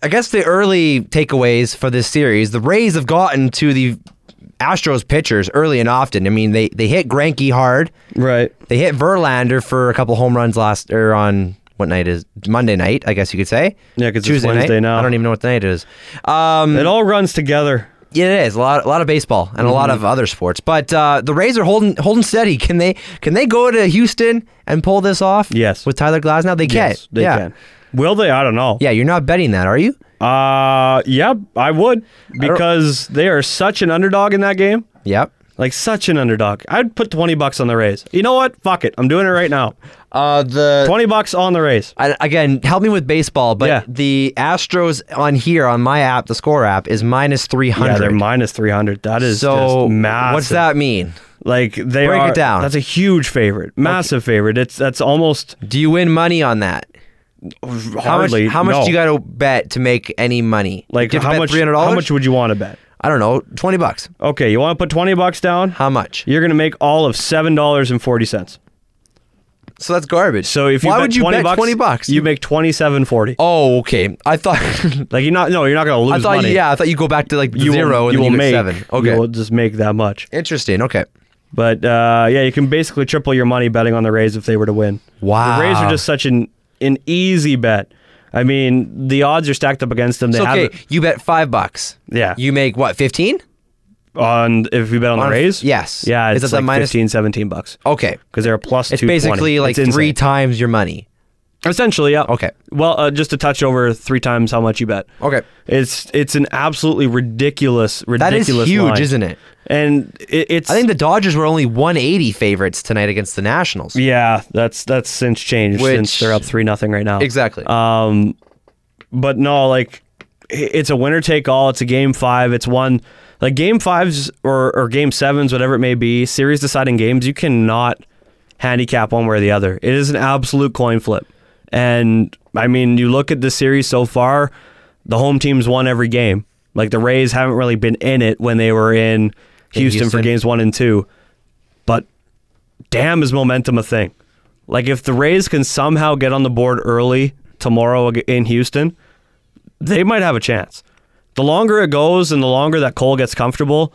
Speaker 2: I guess the early takeaways for this series, the Rays have gotten to the Astros pitchers early and often. I mean, they they hit Granky hard.
Speaker 3: right.
Speaker 2: They hit Verlander for a couple home runs last or on what night is Monday night, I guess you could say.
Speaker 3: Yeah, 'cause it's
Speaker 2: Tuesday
Speaker 3: Wednesday
Speaker 2: night.
Speaker 3: now.
Speaker 2: I don't even know what the night it is. Um,
Speaker 3: It all runs together.
Speaker 2: yeah, it is a lot, a lot of baseball and a lot
Speaker 3: Mm-hmm.
Speaker 2: of other sports. But uh, the Rays are holding holding steady. Can they can they go to Houston and pull this off?
Speaker 3: Yes.
Speaker 2: with Tyler Glasnow, they can.
Speaker 3: Yes, they
Speaker 2: yeah.
Speaker 3: can. Will they? I don't know.
Speaker 2: Yeah, you're not betting that, are you?
Speaker 3: Uh, yeah, I would because they are such an underdog in that game.
Speaker 2: Yep.
Speaker 3: Like such an underdog. I'd put 20 bucks on the Rays. You know what? Fuck it. I'm doing it right now.
Speaker 2: Uh, the
Speaker 3: 20 bucks on the Rays.
Speaker 2: I, again, help me with baseball, but
Speaker 3: Yeah.
Speaker 2: the Astros on here on my app, the Score app, is minus three
Speaker 3: Yeah, they're
Speaker 2: hundred.
Speaker 3: minus 300. That is
Speaker 2: so
Speaker 3: just massive.
Speaker 2: what's that mean?
Speaker 3: Like they
Speaker 2: Break it
Speaker 3: are-
Speaker 2: down.
Speaker 3: That's a huge favorite. Massive favorite. It's that's almost
Speaker 2: Do you win money on that? How
Speaker 3: hardly
Speaker 2: much? How much
Speaker 3: no.
Speaker 2: do you got to bet to make any money?
Speaker 3: like
Speaker 2: you have to
Speaker 3: how
Speaker 2: bet
Speaker 3: much
Speaker 2: $300?
Speaker 3: how much would you want to bet?
Speaker 2: I don't know. Twenty bucks.
Speaker 3: Okay, you want to put 20 bucks down?
Speaker 2: How much?
Speaker 3: You're going to make all of $7.40.
Speaker 2: So that's garbage.
Speaker 3: So if you
Speaker 2: why
Speaker 3: bet
Speaker 2: would you
Speaker 3: 20
Speaker 2: bet
Speaker 3: bucks,
Speaker 2: twenty bucks?
Speaker 3: you make 27.40.
Speaker 2: oh, okay. I thought. [laughs]
Speaker 3: Like you're not no, you're not going to
Speaker 2: I
Speaker 3: lose
Speaker 2: thought.
Speaker 3: money.
Speaker 2: Yeah, I thought you go back to like
Speaker 3: you will-
Speaker 2: zero and
Speaker 3: you
Speaker 2: then
Speaker 3: will
Speaker 2: you get
Speaker 3: make
Speaker 2: seven. Okay.
Speaker 3: You will just make that much.
Speaker 2: Interesting. Okay.
Speaker 3: But uh, yeah, you can basically triple your money betting on the Rays if they were to win.
Speaker 2: Wow.
Speaker 3: The Rays are just such an an easy bet. I mean, the odds are stacked up against them. They
Speaker 2: So, okay,
Speaker 3: have it
Speaker 2: you bet five bucks.
Speaker 3: Yeah.
Speaker 2: You make what? Fifteen.
Speaker 3: on if you bet on,
Speaker 2: On-
Speaker 3: the Rays.
Speaker 2: yes.
Speaker 3: Yeah,
Speaker 2: Is
Speaker 3: it's
Speaker 2: it that
Speaker 3: like
Speaker 2: minus-
Speaker 3: 15, 17 bucks
Speaker 2: Okay.
Speaker 3: because they're a plus
Speaker 2: It's
Speaker 3: 220.
Speaker 2: basically like
Speaker 3: It's insane.
Speaker 2: three times your money.
Speaker 3: Essentially, yeah.
Speaker 2: Okay.
Speaker 3: Well, uh, just a touch over three times how much you bet.
Speaker 2: Okay.
Speaker 3: It's it's an absolutely ridiculous,
Speaker 2: That is
Speaker 3: ridiculous.
Speaker 2: huge,
Speaker 3: line.
Speaker 2: isn't it?
Speaker 3: And it, it's.
Speaker 2: I think the Dodgers were only 180 favorites tonight against the Nationals.
Speaker 3: Yeah, that's that's since changed
Speaker 2: Which-
Speaker 3: since they're up three nothing right now.
Speaker 2: Exactly.
Speaker 3: Um, but no, like i- it's a winner take all. It's a game five. It's one like game fives or or game sevens, whatever it may be. Series deciding games, you cannot handicap one way or the other. It is an absolute coin flip. And I mean, you look at the series so far, the home team's won every game. Like the Rays haven't really been in it when they were in Houston for
Speaker 2: Houston.
Speaker 3: games one and two. But damn is momentum a thing. Like if the Rays can somehow get on the board early tomorrow ag- in Houston, they might have a chance. The longer it goes and the longer that Cole gets comfortable,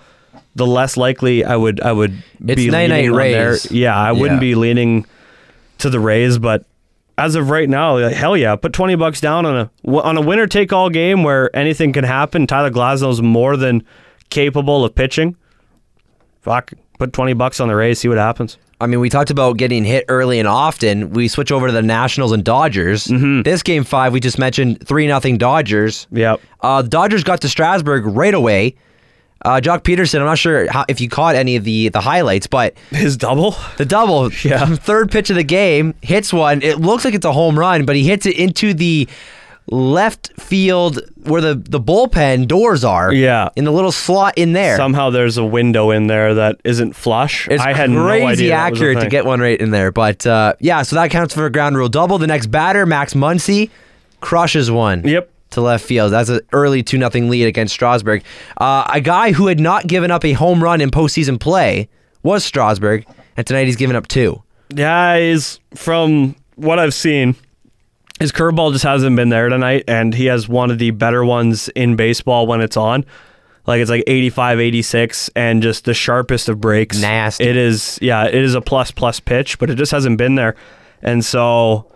Speaker 3: the less likely I would I would
Speaker 2: It's
Speaker 3: be
Speaker 2: night-night
Speaker 3: leaning on their-
Speaker 2: Rays.
Speaker 3: Yeah, I wouldn't
Speaker 2: Yeah.
Speaker 3: be leaning to the Rays, but as of right now, like, hell yeah, put twenty bucks down on a w- on a winner take all game where anything can happen. Tyler Glasnow's more than capable of pitching. Fuck, put twenty bucks on the Rays, see what happens.
Speaker 2: I mean, we talked about getting hit early and often. We switch over to the Nationals and Dodgers.
Speaker 3: Mm-hmm.
Speaker 2: This game five, we just mentioned three nothing Dodgers.
Speaker 3: Yep.
Speaker 2: Uh, Dodgers got to Strasburg right away. Uh, Jock Peterson, I'm not sure how, if you caught any of the the highlights, but
Speaker 3: His double.
Speaker 2: the double,
Speaker 3: Yeah.
Speaker 2: [laughs] third pitch of the game, hits one. It looks like it's a home run, but he hits it into the left field where the the bullpen doors are.
Speaker 3: Yeah.
Speaker 2: in the little slot in there.
Speaker 3: Somehow there's a window in there that isn't flush.
Speaker 2: It's
Speaker 3: I had
Speaker 2: crazy
Speaker 3: no idea that was a
Speaker 2: accurate to
Speaker 3: thing.
Speaker 2: get one right in there. But uh, yeah, so that counts for a ground rule double. The next batter, Max Muncy, crushes one.
Speaker 3: Yep.
Speaker 2: To left field. That's an early 2 0 lead against Strasburg. Uh, a guy who had not given up a home run in postseason play was Strasburg, and tonight he's given up two.
Speaker 3: Yeah, he's from what I've seen. His curveball just hasn't been there tonight, and he has one of the better ones in baseball when it's on. Like it's like 85, 86, and just the sharpest of breaks.
Speaker 2: Nasty.
Speaker 3: It is, yeah, it is a plus plus pitch, but it just hasn't been there. And so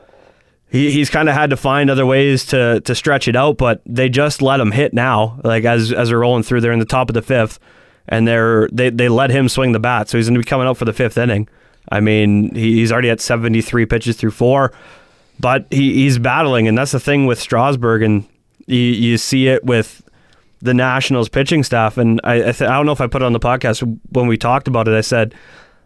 Speaker 3: he, he's kind of had to find other ways to to stretch it out, but they just let him hit now. Like as as they're rolling through, they're in the top of the fifth, and they're they they let him swing the bat, so he's going to be coming up for the fifth inning. I mean, he, he's already at seventy three pitches through four, but he, he's battling, and that's the thing with Strasburg, and you you see it with the Nationals pitching staff, and I I, th- I don't know if I put it on the podcast when we talked about it. I said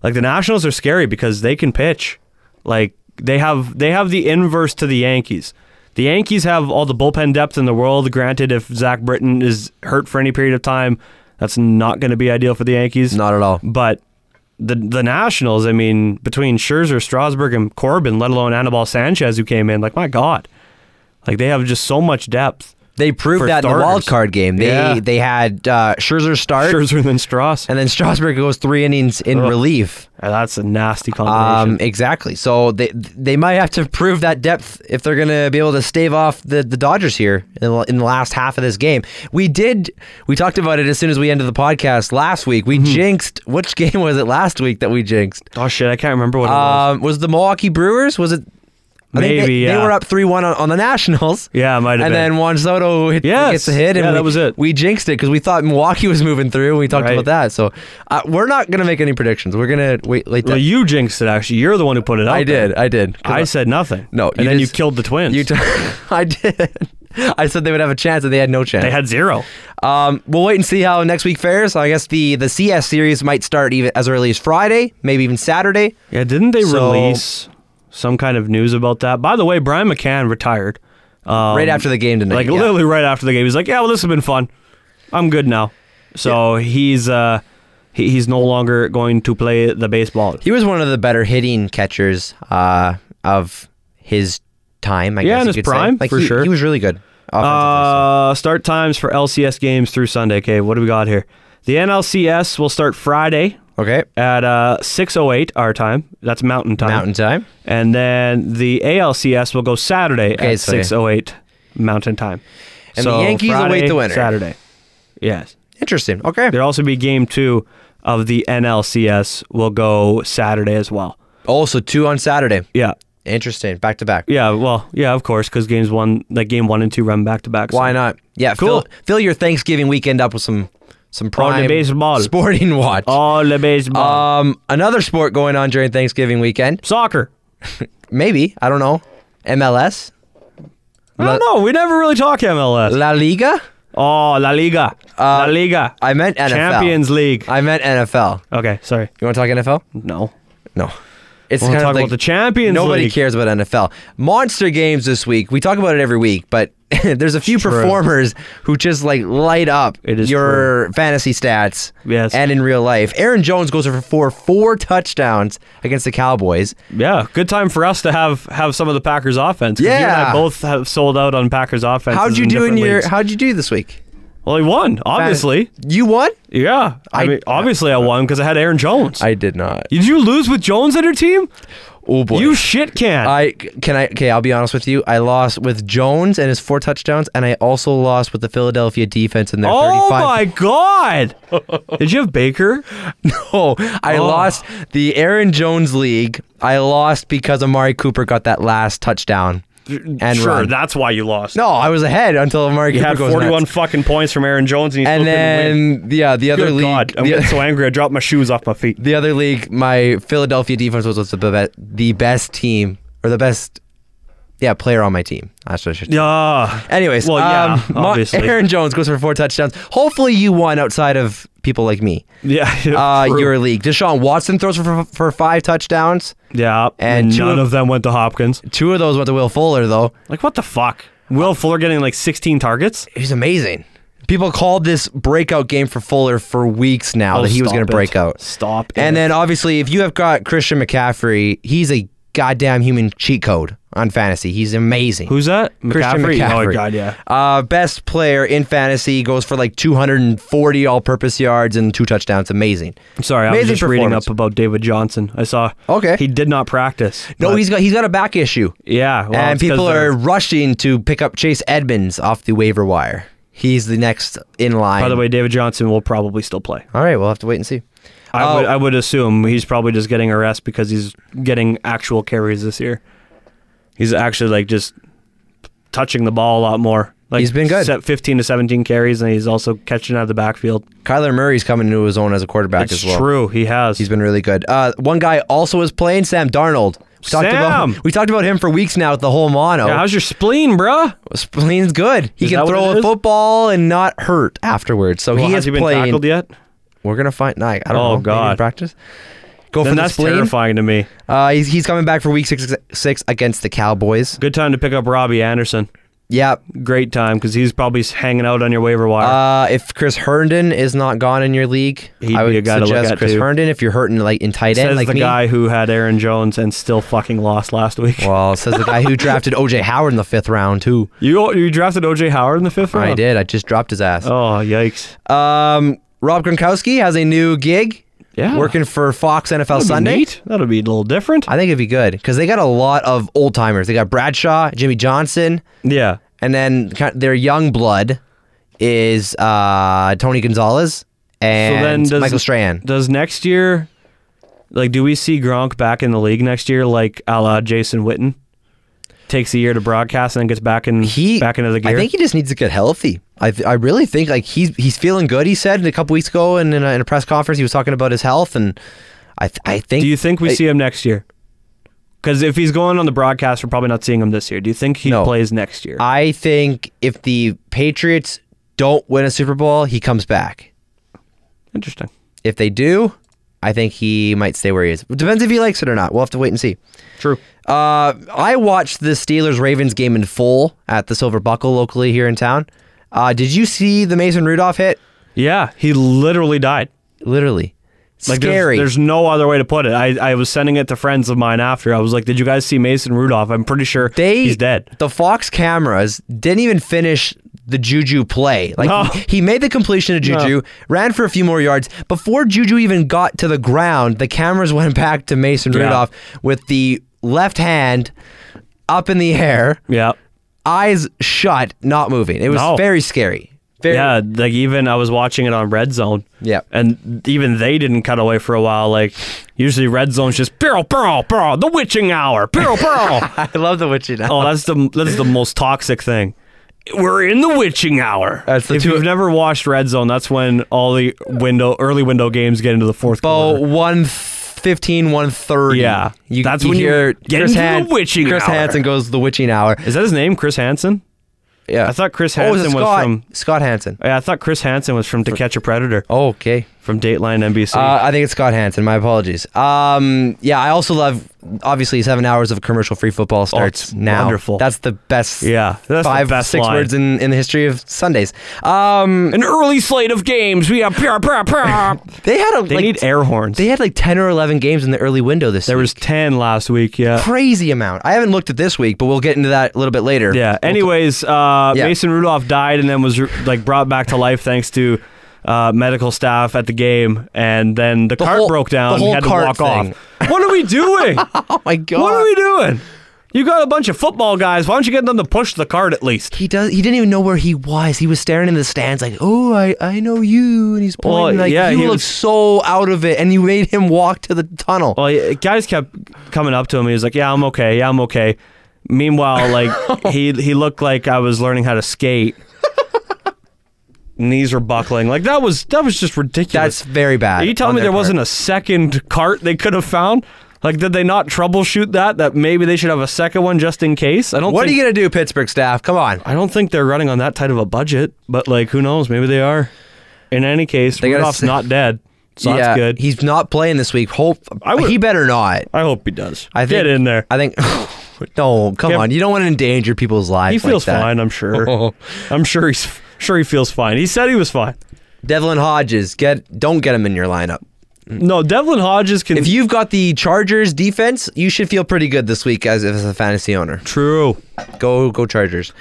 Speaker 3: like the Nationals are scary because they can pitch. Like they have they have the inverse to the Yankees. The Yankees have all the bullpen depth in the world. Granted, if Zach Britton is hurt for any period of time, that's not going to be ideal for the Yankees.
Speaker 2: Not at all.
Speaker 3: But the the Nationals, I mean, between Scherzer, Strasburg, and Corbin, let alone Anibal Sanchez, who came in, like my God, like they have just so much depth.
Speaker 2: They proved
Speaker 3: For
Speaker 2: that in the wild
Speaker 3: starters.
Speaker 2: card game. They
Speaker 3: Yeah.
Speaker 2: they had uh, Scherzer start,
Speaker 3: Scherzer and then Strauss, and
Speaker 2: and then Strasburg goes three innings in relief.
Speaker 3: that's a nasty combination.
Speaker 2: Um, exactly. So they they might have to prove that depth if they're going to be able to stave off the, the Dodgers here in the, in the last half of this game. We did we talked about it as soon as we ended the podcast last week.
Speaker 3: Mm-hmm.
Speaker 2: We jinxed which [laughs] game was it last week that we jinxed?
Speaker 3: oh shit, I can't remember what it was.
Speaker 2: Um, was it the Milwaukee Brewers? Was it? I think they,
Speaker 3: Maybe,
Speaker 2: they
Speaker 3: yeah.
Speaker 2: were up three one on, on the Nationals.
Speaker 3: [laughs] Yeah, it might have
Speaker 2: And
Speaker 3: been.
Speaker 2: then Juan Soto hit,
Speaker 3: Yes.
Speaker 2: gets a hit, and
Speaker 3: Yeah,
Speaker 2: we,
Speaker 3: that was it.
Speaker 2: We jinxed it because we thought Milwaukee was moving through, and we talked
Speaker 3: Right.
Speaker 2: about that. So uh, we're not gonna make any predictions. We're gonna wait late.
Speaker 3: Well, you jinxed it. Actually, you're the one who put it out.
Speaker 2: I
Speaker 3: there.
Speaker 2: did, I did. 'Cause
Speaker 3: I said nothing.
Speaker 2: No,
Speaker 3: and
Speaker 2: you
Speaker 3: then
Speaker 2: just-
Speaker 3: you killed the twins.
Speaker 2: You t- [laughs] I did. I said they would have a chance, and they had no chance.
Speaker 3: they had zero.
Speaker 2: [laughs] um, we'll wait and see how next week fares. I guess the the CS series might start even as early as Friday, maybe even Saturday.
Speaker 3: Yeah, didn't they
Speaker 2: So-
Speaker 3: release some kind of news about that? By the way, Brian McCann retired. Um,
Speaker 2: Right after the game tonight,
Speaker 3: Like
Speaker 2: yeah.
Speaker 3: literally right after the game, he's like, "Yeah, well, this has been fun. I'm good now." So he's uh, he, he's no longer going to play the baseball.
Speaker 2: He was one of the better hitting catchers uh, of his time. I
Speaker 3: Yeah,
Speaker 2: guess
Speaker 3: in
Speaker 2: you
Speaker 3: his
Speaker 2: could say.
Speaker 3: prime,
Speaker 2: like
Speaker 3: for
Speaker 2: he,
Speaker 3: sure.
Speaker 2: he was really good. offensively, so.
Speaker 3: Uh, start times for LCS games through Sunday. Okay, what do we got here? The NLCS will start Friday
Speaker 2: okay,
Speaker 3: at uh 6:08 our time. That's Mountain time.
Speaker 2: Mountain Time.
Speaker 3: And then the ALCS will go Saturday
Speaker 2: Okay,
Speaker 3: at
Speaker 2: so yeah.
Speaker 3: 6:08 Mountain Time.
Speaker 2: And the Yankees await
Speaker 3: Friday,
Speaker 2: the winner.
Speaker 3: Saturday. Yes.
Speaker 2: Interesting. Okay.
Speaker 3: There'll also be game 2 of the NLCS will go Saturday as well.
Speaker 2: Also two on Saturday.
Speaker 3: Yeah.
Speaker 2: Interesting. Back to back.
Speaker 3: Yeah, well, yeah, of course cuz games 1 like game 1 and 2 run back to back.
Speaker 2: Why not? Yeah.
Speaker 3: Cool.
Speaker 2: Fill, fill your Thanksgiving weekend up with some some
Speaker 3: On
Speaker 2: prime
Speaker 3: the baseball. Oh.
Speaker 2: sporting [laughs] watch.
Speaker 3: All the baseball.
Speaker 2: Um, another sport going on during Thanksgiving weekend.
Speaker 3: Soccer.
Speaker 2: Maybe I don't know. MLS,
Speaker 3: I don't know. We never really talk MLS.
Speaker 2: La Liga.
Speaker 3: Oh, La Liga. La Liga.
Speaker 2: Uh, I meant NFL.
Speaker 3: Champions League.
Speaker 2: I meant NFL.
Speaker 3: Okay, sorry.
Speaker 2: You want to talk NFL?
Speaker 3: No.
Speaker 2: No. It's
Speaker 3: We'll
Speaker 2: kind
Speaker 3: talk
Speaker 2: of like
Speaker 3: about the Champions
Speaker 2: Nobody
Speaker 3: League.
Speaker 2: cares about NFL. Monster games this week. We talk about it every week, but [laughs] there's a few
Speaker 3: It's true.
Speaker 2: performers who just like light up
Speaker 3: It is
Speaker 2: your fantasy stats.
Speaker 3: Yes.
Speaker 2: And in real life, Aaron Jones goes for four, four touchdowns against the Cowboys.
Speaker 3: Yeah, good time for us to have have some of the Packers offense. 'cause You and
Speaker 2: Yeah.
Speaker 3: I both have sold out on Packers offense.
Speaker 2: How'd you do in your? How'd you do this week?
Speaker 3: Well, he won, obviously.
Speaker 2: You won?
Speaker 3: Yeah. I,
Speaker 2: I-
Speaker 3: mean, obviously I won because I had Aaron Jones.
Speaker 2: I did not.
Speaker 3: Did you lose with Jones on your team?
Speaker 2: Oh boy.
Speaker 3: You shit can.
Speaker 2: I can I okay. I'll be honest with you. I lost with Jones and his four touchdowns, and I also lost with the Philadelphia defense and their
Speaker 3: oh
Speaker 2: 35.
Speaker 3: my god!
Speaker 2: [laughs]
Speaker 3: Did you have Baker?
Speaker 2: Oh, I
Speaker 3: Oh.
Speaker 2: lost the Aaron Jones league. I lost because Amari Cooper got that last touchdown and
Speaker 3: sure,
Speaker 2: run.
Speaker 3: that's why you lost.
Speaker 2: no, I was ahead until Amari
Speaker 3: you
Speaker 2: Cooper
Speaker 3: had
Speaker 2: goes
Speaker 3: 41
Speaker 2: nuts.
Speaker 3: fucking points from Aaron Jones, and you
Speaker 2: And
Speaker 3: still couldn't win.
Speaker 2: then yeah, the other
Speaker 3: Good
Speaker 2: league.
Speaker 3: god, I'm
Speaker 2: the-
Speaker 3: getting so angry. I dropped my shoes off my feet.
Speaker 2: the other league, my Philadelphia defense was, was the, be- the best team or the best, yeah, player on my team. That's what I should say.
Speaker 3: Yeah.
Speaker 2: Anyways,
Speaker 3: Well, yeah,
Speaker 2: um, Ma-
Speaker 3: obviously.
Speaker 2: Aaron Jones goes for four touchdowns. Hopefully, you won outside of people like me.
Speaker 3: yeah. [laughs]
Speaker 2: Uh,
Speaker 3: true.
Speaker 2: your league. Deshaun Watson throws for, for five touchdowns.
Speaker 3: yeah.
Speaker 2: and two
Speaker 3: none
Speaker 2: of-
Speaker 3: of them went to Hopkins.
Speaker 2: Two of those went to Will Fuller, though.
Speaker 3: Like what the fuck? Will Fuller getting like 16 targets?
Speaker 2: He's amazing. People called this breakout game for Fuller for weeks now
Speaker 3: Oh,
Speaker 2: that he was
Speaker 3: stop
Speaker 2: going to
Speaker 3: it.
Speaker 2: break out.
Speaker 3: Stop
Speaker 2: And
Speaker 3: it.
Speaker 2: then obviously, if you have got Christian McCaffrey, he's a goddamn human cheat code on fantasy. He's amazing.
Speaker 3: Who's that?
Speaker 2: Christian
Speaker 3: McCaffrey.
Speaker 2: McCaffrey.
Speaker 3: Oh my god, yeah.
Speaker 2: Uh, best player in fantasy goes for like 240 all-purpose yards and two touchdowns. Amazing.
Speaker 3: I'm sorry, I was
Speaker 2: Amazing
Speaker 3: just reading
Speaker 2: performance.
Speaker 3: up about David Johnson. I saw.
Speaker 2: Okay.
Speaker 3: He did not practice.
Speaker 2: No,
Speaker 3: but-
Speaker 2: he's got he's got a back issue,
Speaker 3: Yeah. well,
Speaker 2: and
Speaker 3: it's 'cause
Speaker 2: people
Speaker 3: they're-
Speaker 2: are rushing to pick up Chase Edmonds off the waiver wire. He's the next in line.
Speaker 3: By the way, David Johnson will probably still play.
Speaker 2: all right, we'll have to wait and see.
Speaker 3: I,
Speaker 2: Oh.
Speaker 3: would, I would assume he's probably just getting a rest because he's getting actual carries this year. He's actually like just touching the ball a lot more. Like
Speaker 2: He's been good.
Speaker 3: set 15 to 17 carries, and he's also catching out of the backfield.
Speaker 2: Kyler Murray's coming into his own as a quarterback
Speaker 3: It's
Speaker 2: as well.
Speaker 3: true. He has.
Speaker 2: He's been really good. Uh, one guy also is playing Sam Darnold. We talked
Speaker 3: Sam!
Speaker 2: about we talked about him for weeks now with the whole mono.
Speaker 3: Yeah, how's your spleen, bruh?
Speaker 2: Spleen's good. He
Speaker 3: Is
Speaker 2: can
Speaker 3: that what
Speaker 2: throw
Speaker 3: it
Speaker 2: a
Speaker 3: is?
Speaker 2: football and not hurt afterwards. So
Speaker 3: Well,
Speaker 2: he
Speaker 3: has
Speaker 2: is
Speaker 3: he been
Speaker 2: playing.
Speaker 3: tackled yet?
Speaker 2: We're gonna find. I, I don't
Speaker 3: Oh,
Speaker 2: know. Maybe in
Speaker 3: God.
Speaker 2: practice. Go for
Speaker 3: Then
Speaker 2: the
Speaker 3: that's
Speaker 2: spleen.
Speaker 3: terrifying to me.
Speaker 2: Uh, he's, he's coming back for week six, six against the Cowboys.
Speaker 3: Good time to pick up Robbie Anderson.
Speaker 2: Yep.
Speaker 3: Great time because he's probably hanging out on your waiver wire.
Speaker 2: Uh, if Chris Herndon is not gone in your league,
Speaker 3: He'd
Speaker 2: I would
Speaker 3: be a guy to look
Speaker 2: suggest
Speaker 3: at,
Speaker 2: Chris
Speaker 3: too.
Speaker 2: Herndon if you're hurting like in tight end
Speaker 3: Says
Speaker 2: like
Speaker 3: the
Speaker 2: me.
Speaker 3: guy who had Aaron Jones and still fucking lost last week.
Speaker 2: Well, says the guy
Speaker 3: [laughs]
Speaker 2: who drafted OJ Howard in the fifth round too.
Speaker 3: You you drafted OJ Howard in the fifth round.
Speaker 2: I did. I just dropped his ass.
Speaker 3: Oh yikes!
Speaker 2: Um, Rob Gronkowski has a new gig.
Speaker 3: Yeah.
Speaker 2: Working for Fox NFL Sunday.
Speaker 3: That'll be a little different.
Speaker 2: I think it'd be good because they got a lot of old timers. They got Bradshaw, Jimmy Johnson,
Speaker 3: yeah.
Speaker 2: and then ki- their young blood is uh, Tony Gonzalez and Michael Strahan.
Speaker 3: Does next year, like, do we see Gronk back in the league next year, like a la Jason Witten? Takes a year to broadcast and then gets back in
Speaker 2: He
Speaker 3: back into the gear.
Speaker 2: I think he just needs to get healthy. I, th- I really think like he's he's feeling good. He said a couple weeks ago, and in a, in a press conference, he was talking about his health, and I th- I think
Speaker 3: do you think we
Speaker 2: I-
Speaker 3: see him next year? Because if he's going on the broadcast, we're probably not seeing him this year. Do you think he
Speaker 2: No.
Speaker 3: plays next year?
Speaker 2: I think if the Patriots don't win a Super Bowl, he comes back.
Speaker 3: Interesting.
Speaker 2: If they do, I think he might stay where he is. Depends if he likes it or not. We'll have to wait and see.
Speaker 3: True.
Speaker 2: Uh, I watched the Steelers Ravens game in full at the Silver Buckle locally here in town. Uh, did you see the Mason Rudolph hit?
Speaker 3: Yeah, he literally died.
Speaker 2: Literally.
Speaker 3: Like there's-
Speaker 2: Scary.
Speaker 3: There's, no other way to put it. I, I was sending it to friends of mine after. I was like, "Did you guys see Mason Rudolph? I'm pretty sure
Speaker 2: they
Speaker 3: he's dead."
Speaker 2: The Fox cameras didn't even finish the Juju play. Like
Speaker 3: No.
Speaker 2: he, he made the completion of Juju, ran for a few more yards before Juju even got to the ground. The cameras [laughs] went back to Mason
Speaker 3: Yeah.
Speaker 2: Rudolph with the left hand up in the air,
Speaker 3: Yeah,
Speaker 2: eyes shut, not moving. It was
Speaker 3: No.
Speaker 2: very scary. Very,
Speaker 3: yeah. Like even I was watching it on Red Zone.
Speaker 2: Yeah.
Speaker 3: and even they didn't cut away for a while. Like usually Red Zone's just pearl, pearl, pearl, the witching hour, pearl, pearl.
Speaker 2: [laughs] I love the witchy now.
Speaker 3: oh, that's the that's the most toxic thing. We're in the witching hour.
Speaker 2: That's the
Speaker 3: if
Speaker 2: two-
Speaker 3: you've never watched Red Zone, that's when all the window early window games get into the fourth.
Speaker 2: Oh,
Speaker 3: quarter.
Speaker 2: 115, 130.
Speaker 3: Yeah.
Speaker 2: You,
Speaker 3: That's
Speaker 2: you
Speaker 3: when you
Speaker 2: hear
Speaker 3: get
Speaker 2: Chris
Speaker 3: into the
Speaker 2: Han-
Speaker 3: witching
Speaker 2: Chris
Speaker 3: hour.
Speaker 2: Hansen goes the witching hour.
Speaker 3: Is that his name, Chris Hansen?
Speaker 2: Yeah.
Speaker 3: I thought Chris
Speaker 2: Oh, it
Speaker 3: Hansen was
Speaker 2: Scott?
Speaker 3: from-
Speaker 2: Scott Hansen.
Speaker 3: Yeah, I thought Chris Hansen was from To Catch a Predator.
Speaker 2: Oh, okay.
Speaker 3: from Dateline NBC.
Speaker 2: Uh, I think it's Scott Hansen. My apologies. Um, yeah, I also love obviously seven hours of commercial free football starts
Speaker 3: Oh, it's
Speaker 2: now.
Speaker 3: wonderful.
Speaker 2: That's the best.
Speaker 3: Yeah, that's the
Speaker 2: five
Speaker 3: best
Speaker 2: six
Speaker 3: line.
Speaker 2: words in, in the history of Sundays. Um,
Speaker 3: [laughs] An early slate of games. We have. Pra, pra, pra.
Speaker 2: [laughs] they had a
Speaker 3: they
Speaker 2: like,
Speaker 3: need air horns.
Speaker 2: They had like ten or eleven games in the early window this.
Speaker 3: there
Speaker 2: week.
Speaker 3: was ten last week. Yeah.
Speaker 2: crazy amount. I haven't looked at this week, but we'll get into that a little bit later.
Speaker 3: Yeah. Anyways, uh,
Speaker 2: Yeah.
Speaker 3: Mason Rudolph died and then was like brought back to life thanks to uh, medical staff at the game, and then the, cart
Speaker 2: whole-
Speaker 3: broke
Speaker 2: the
Speaker 3: down. and
Speaker 2: whole
Speaker 3: he had to
Speaker 2: cart
Speaker 3: walk
Speaker 2: thing.
Speaker 3: off. [laughs] What are
Speaker 2: [laughs]
Speaker 3: we doing?
Speaker 2: Oh my god.
Speaker 3: what are we doing? You got a bunch of football guys. Why don't you get them to push the cart at least?
Speaker 2: he does. He didn't even know where he was. He was staring in the stands, like, "Oh, I, I know you," and he's pointing.
Speaker 3: Well,
Speaker 2: like,
Speaker 3: yeah,
Speaker 2: you
Speaker 3: he
Speaker 2: look
Speaker 3: was-
Speaker 2: so out of it, and you made him walk to the tunnel.
Speaker 3: Well, yeah, guys kept coming up to him. He was like, "Yeah, I'm okay. Yeah, I'm okay." Meanwhile,
Speaker 2: [laughs]
Speaker 3: like he he looked like I was learning how to skate. Knees were buckling. Like that was that was just ridiculous.
Speaker 2: That's very bad.
Speaker 3: Are you telling
Speaker 2: on
Speaker 3: me
Speaker 2: their
Speaker 3: there
Speaker 2: part.
Speaker 3: wasn't a second cart they could have found? Like, did they not troubleshoot that? That maybe they should have a second one just in case. I don't.
Speaker 2: What are
Speaker 3: think,
Speaker 2: you gonna do, Pittsburgh staff? Come on.
Speaker 3: I don't think they're running on that tight of a budget. But like, who knows? Maybe they are. In any case,
Speaker 2: gotta
Speaker 3: Rudolph's
Speaker 2: s-
Speaker 3: not dead, so that's good.
Speaker 2: He's not playing this week. Hope
Speaker 3: I would-
Speaker 2: he better not.
Speaker 3: I hope he does.
Speaker 2: I think,
Speaker 3: Get in there.
Speaker 2: I think. [sighs] no, come
Speaker 3: Can't-
Speaker 2: on. You don't want to endanger people's lives.
Speaker 3: He
Speaker 2: like
Speaker 3: feels
Speaker 2: that.
Speaker 3: fine. I'm sure. I'm sure he's sure he feels fine. He said he was fine.
Speaker 2: Devlin Hodges, get don't get him in your lineup.
Speaker 3: No, Devlin Hodges can.
Speaker 2: If you've got the Chargers defense, you should feel pretty good this week as as a fantasy owner.
Speaker 3: true.
Speaker 2: Go go Chargers.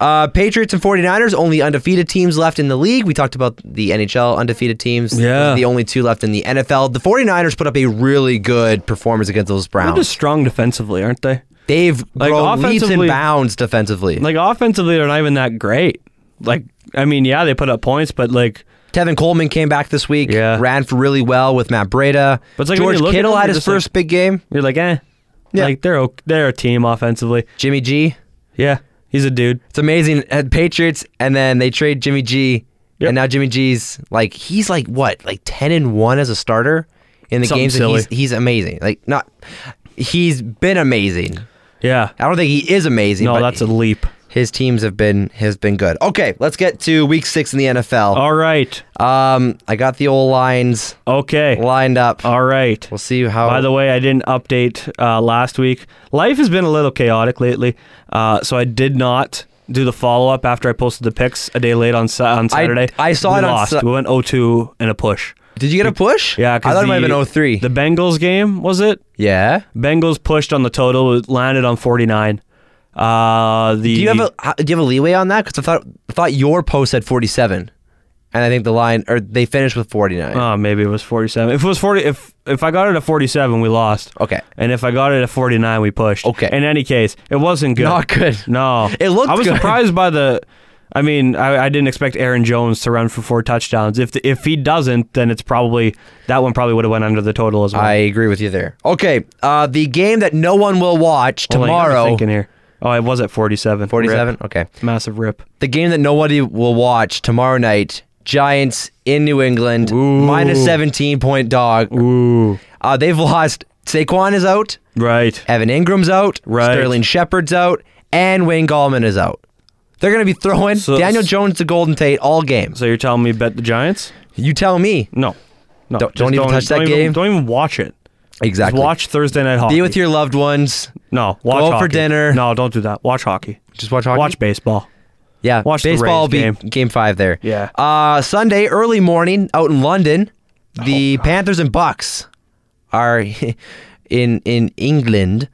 Speaker 2: Uh, Patriots and 49ers, only undefeated teams left in the league. We talked about the NHL undefeated teams. Those
Speaker 3: Yeah.
Speaker 2: are The only two left in the NFL. The 49ers put up a really good performance against those
Speaker 3: They're
Speaker 2: Browns.
Speaker 3: just strong defensively, aren't they?
Speaker 2: They've
Speaker 3: like,
Speaker 2: grown leaps and
Speaker 3: offensively-
Speaker 2: bounds defensively.
Speaker 3: Like offensively, they're not even that great. Like I mean, yeah, they put up points, but like
Speaker 2: Tevin Coleman came back this week.
Speaker 3: Yeah.
Speaker 2: Ran for really well with Matt Breda.
Speaker 3: But it's like when
Speaker 2: George
Speaker 3: you look at
Speaker 2: Kittle
Speaker 3: them,
Speaker 2: had
Speaker 3: you're
Speaker 2: his
Speaker 3: just like-
Speaker 2: first big game.
Speaker 3: you're like, eh,
Speaker 2: Yeah.
Speaker 3: like they're o- they're a team offensively.
Speaker 2: Jimmy G.
Speaker 3: Yeah, he's a dude.
Speaker 2: It's amazing. Had Patriots, and then they trade Jimmy G.
Speaker 3: Yep.
Speaker 2: And now Jimmy G's like he's like what like ten and one as a starter in the
Speaker 3: Something
Speaker 2: games. that
Speaker 3: silly.
Speaker 2: He's he's amazing. Like not he's been amazing.
Speaker 3: Yeah,
Speaker 2: I don't think he is amazing.
Speaker 3: no,
Speaker 2: but
Speaker 3: that's a leap.
Speaker 2: his teams have been has been good. Okay, let's get to week six in the NFL.
Speaker 3: All right,
Speaker 2: Um, I got the old lines
Speaker 3: okay,
Speaker 2: lined up.
Speaker 3: all right.
Speaker 2: We'll see how.
Speaker 3: By the way, I didn't update uh, last week. Life has been a little chaotic lately, uh, so I did not do the follow up after I posted the picks a day late on sa- on Saturday.
Speaker 2: I saw
Speaker 3: we
Speaker 2: it on
Speaker 3: Lost.
Speaker 2: Sa-
Speaker 3: we went 0-2 in a push.
Speaker 2: Did you get a push?
Speaker 3: Yeah,
Speaker 2: I
Speaker 3: 'cause
Speaker 2: thought it might
Speaker 3: the-
Speaker 2: have been 03.
Speaker 3: The Bengals game was it?
Speaker 2: yeah.
Speaker 3: Bengals pushed on the total, it landed on 49. Uh, the
Speaker 2: Do you have a how- do you have a leeway on that? Because I thought I thought your post said 47, and I think the line or they finished with 49.
Speaker 3: oh, maybe it was 47. If it was 40, if if I got it at 47, we lost.
Speaker 2: Okay.
Speaker 3: And if I got it at 49, we pushed.
Speaker 2: Okay.
Speaker 3: In any case, it wasn't good.
Speaker 2: Not good.
Speaker 3: No,
Speaker 2: It looked
Speaker 3: I was
Speaker 2: good.
Speaker 3: surprised by the. I mean, I, I didn't expect Aaron Jones to run for four touchdowns. If the, if he doesn't, then it's probably that one probably would have went under the total as well.
Speaker 2: I agree with you there. Okay, uh, the game that no one will watch
Speaker 3: Hold on, you got me
Speaker 2: tomorrow.
Speaker 3: thinking here. Oh, it was at 47.
Speaker 2: 47.
Speaker 3: Rip.
Speaker 2: Okay,
Speaker 3: Massive rip.
Speaker 2: the game that nobody will watch tomorrow night. Giants in New England, minus 17 point dog.
Speaker 3: Ooh.
Speaker 2: Uh, they've lost. Saquon is out.
Speaker 3: Right.
Speaker 2: Evan Ingram's out.
Speaker 3: Right.
Speaker 2: Sterling Shepard's out. And Wayne Gallman is out. They're going to be throwing
Speaker 3: So-
Speaker 2: Daniel Jones to Golden Tate all games.
Speaker 3: So you're telling me bet the Giants?
Speaker 2: You tell me.
Speaker 3: No. No.
Speaker 2: Don't-
Speaker 3: Just
Speaker 2: don't even touch that
Speaker 3: don't even-
Speaker 2: game.
Speaker 3: Don't even watch it. Just
Speaker 2: Exactly.
Speaker 3: watch Thursday night hockey.
Speaker 2: Be with your loved ones.
Speaker 3: no. Watch
Speaker 2: Go out for
Speaker 3: hockey.
Speaker 2: dinner.
Speaker 3: No, don't do that. Watch hockey.
Speaker 2: Just watch hockey.
Speaker 3: Watch baseball.
Speaker 2: yeah.
Speaker 3: watch the
Speaker 2: baseball will be
Speaker 3: Rays
Speaker 2: game. five there.
Speaker 3: Yeah.
Speaker 2: Uh, Sunday early morning out in London,
Speaker 3: Oh,
Speaker 2: the Panthers and Bucks are [laughs] in in England.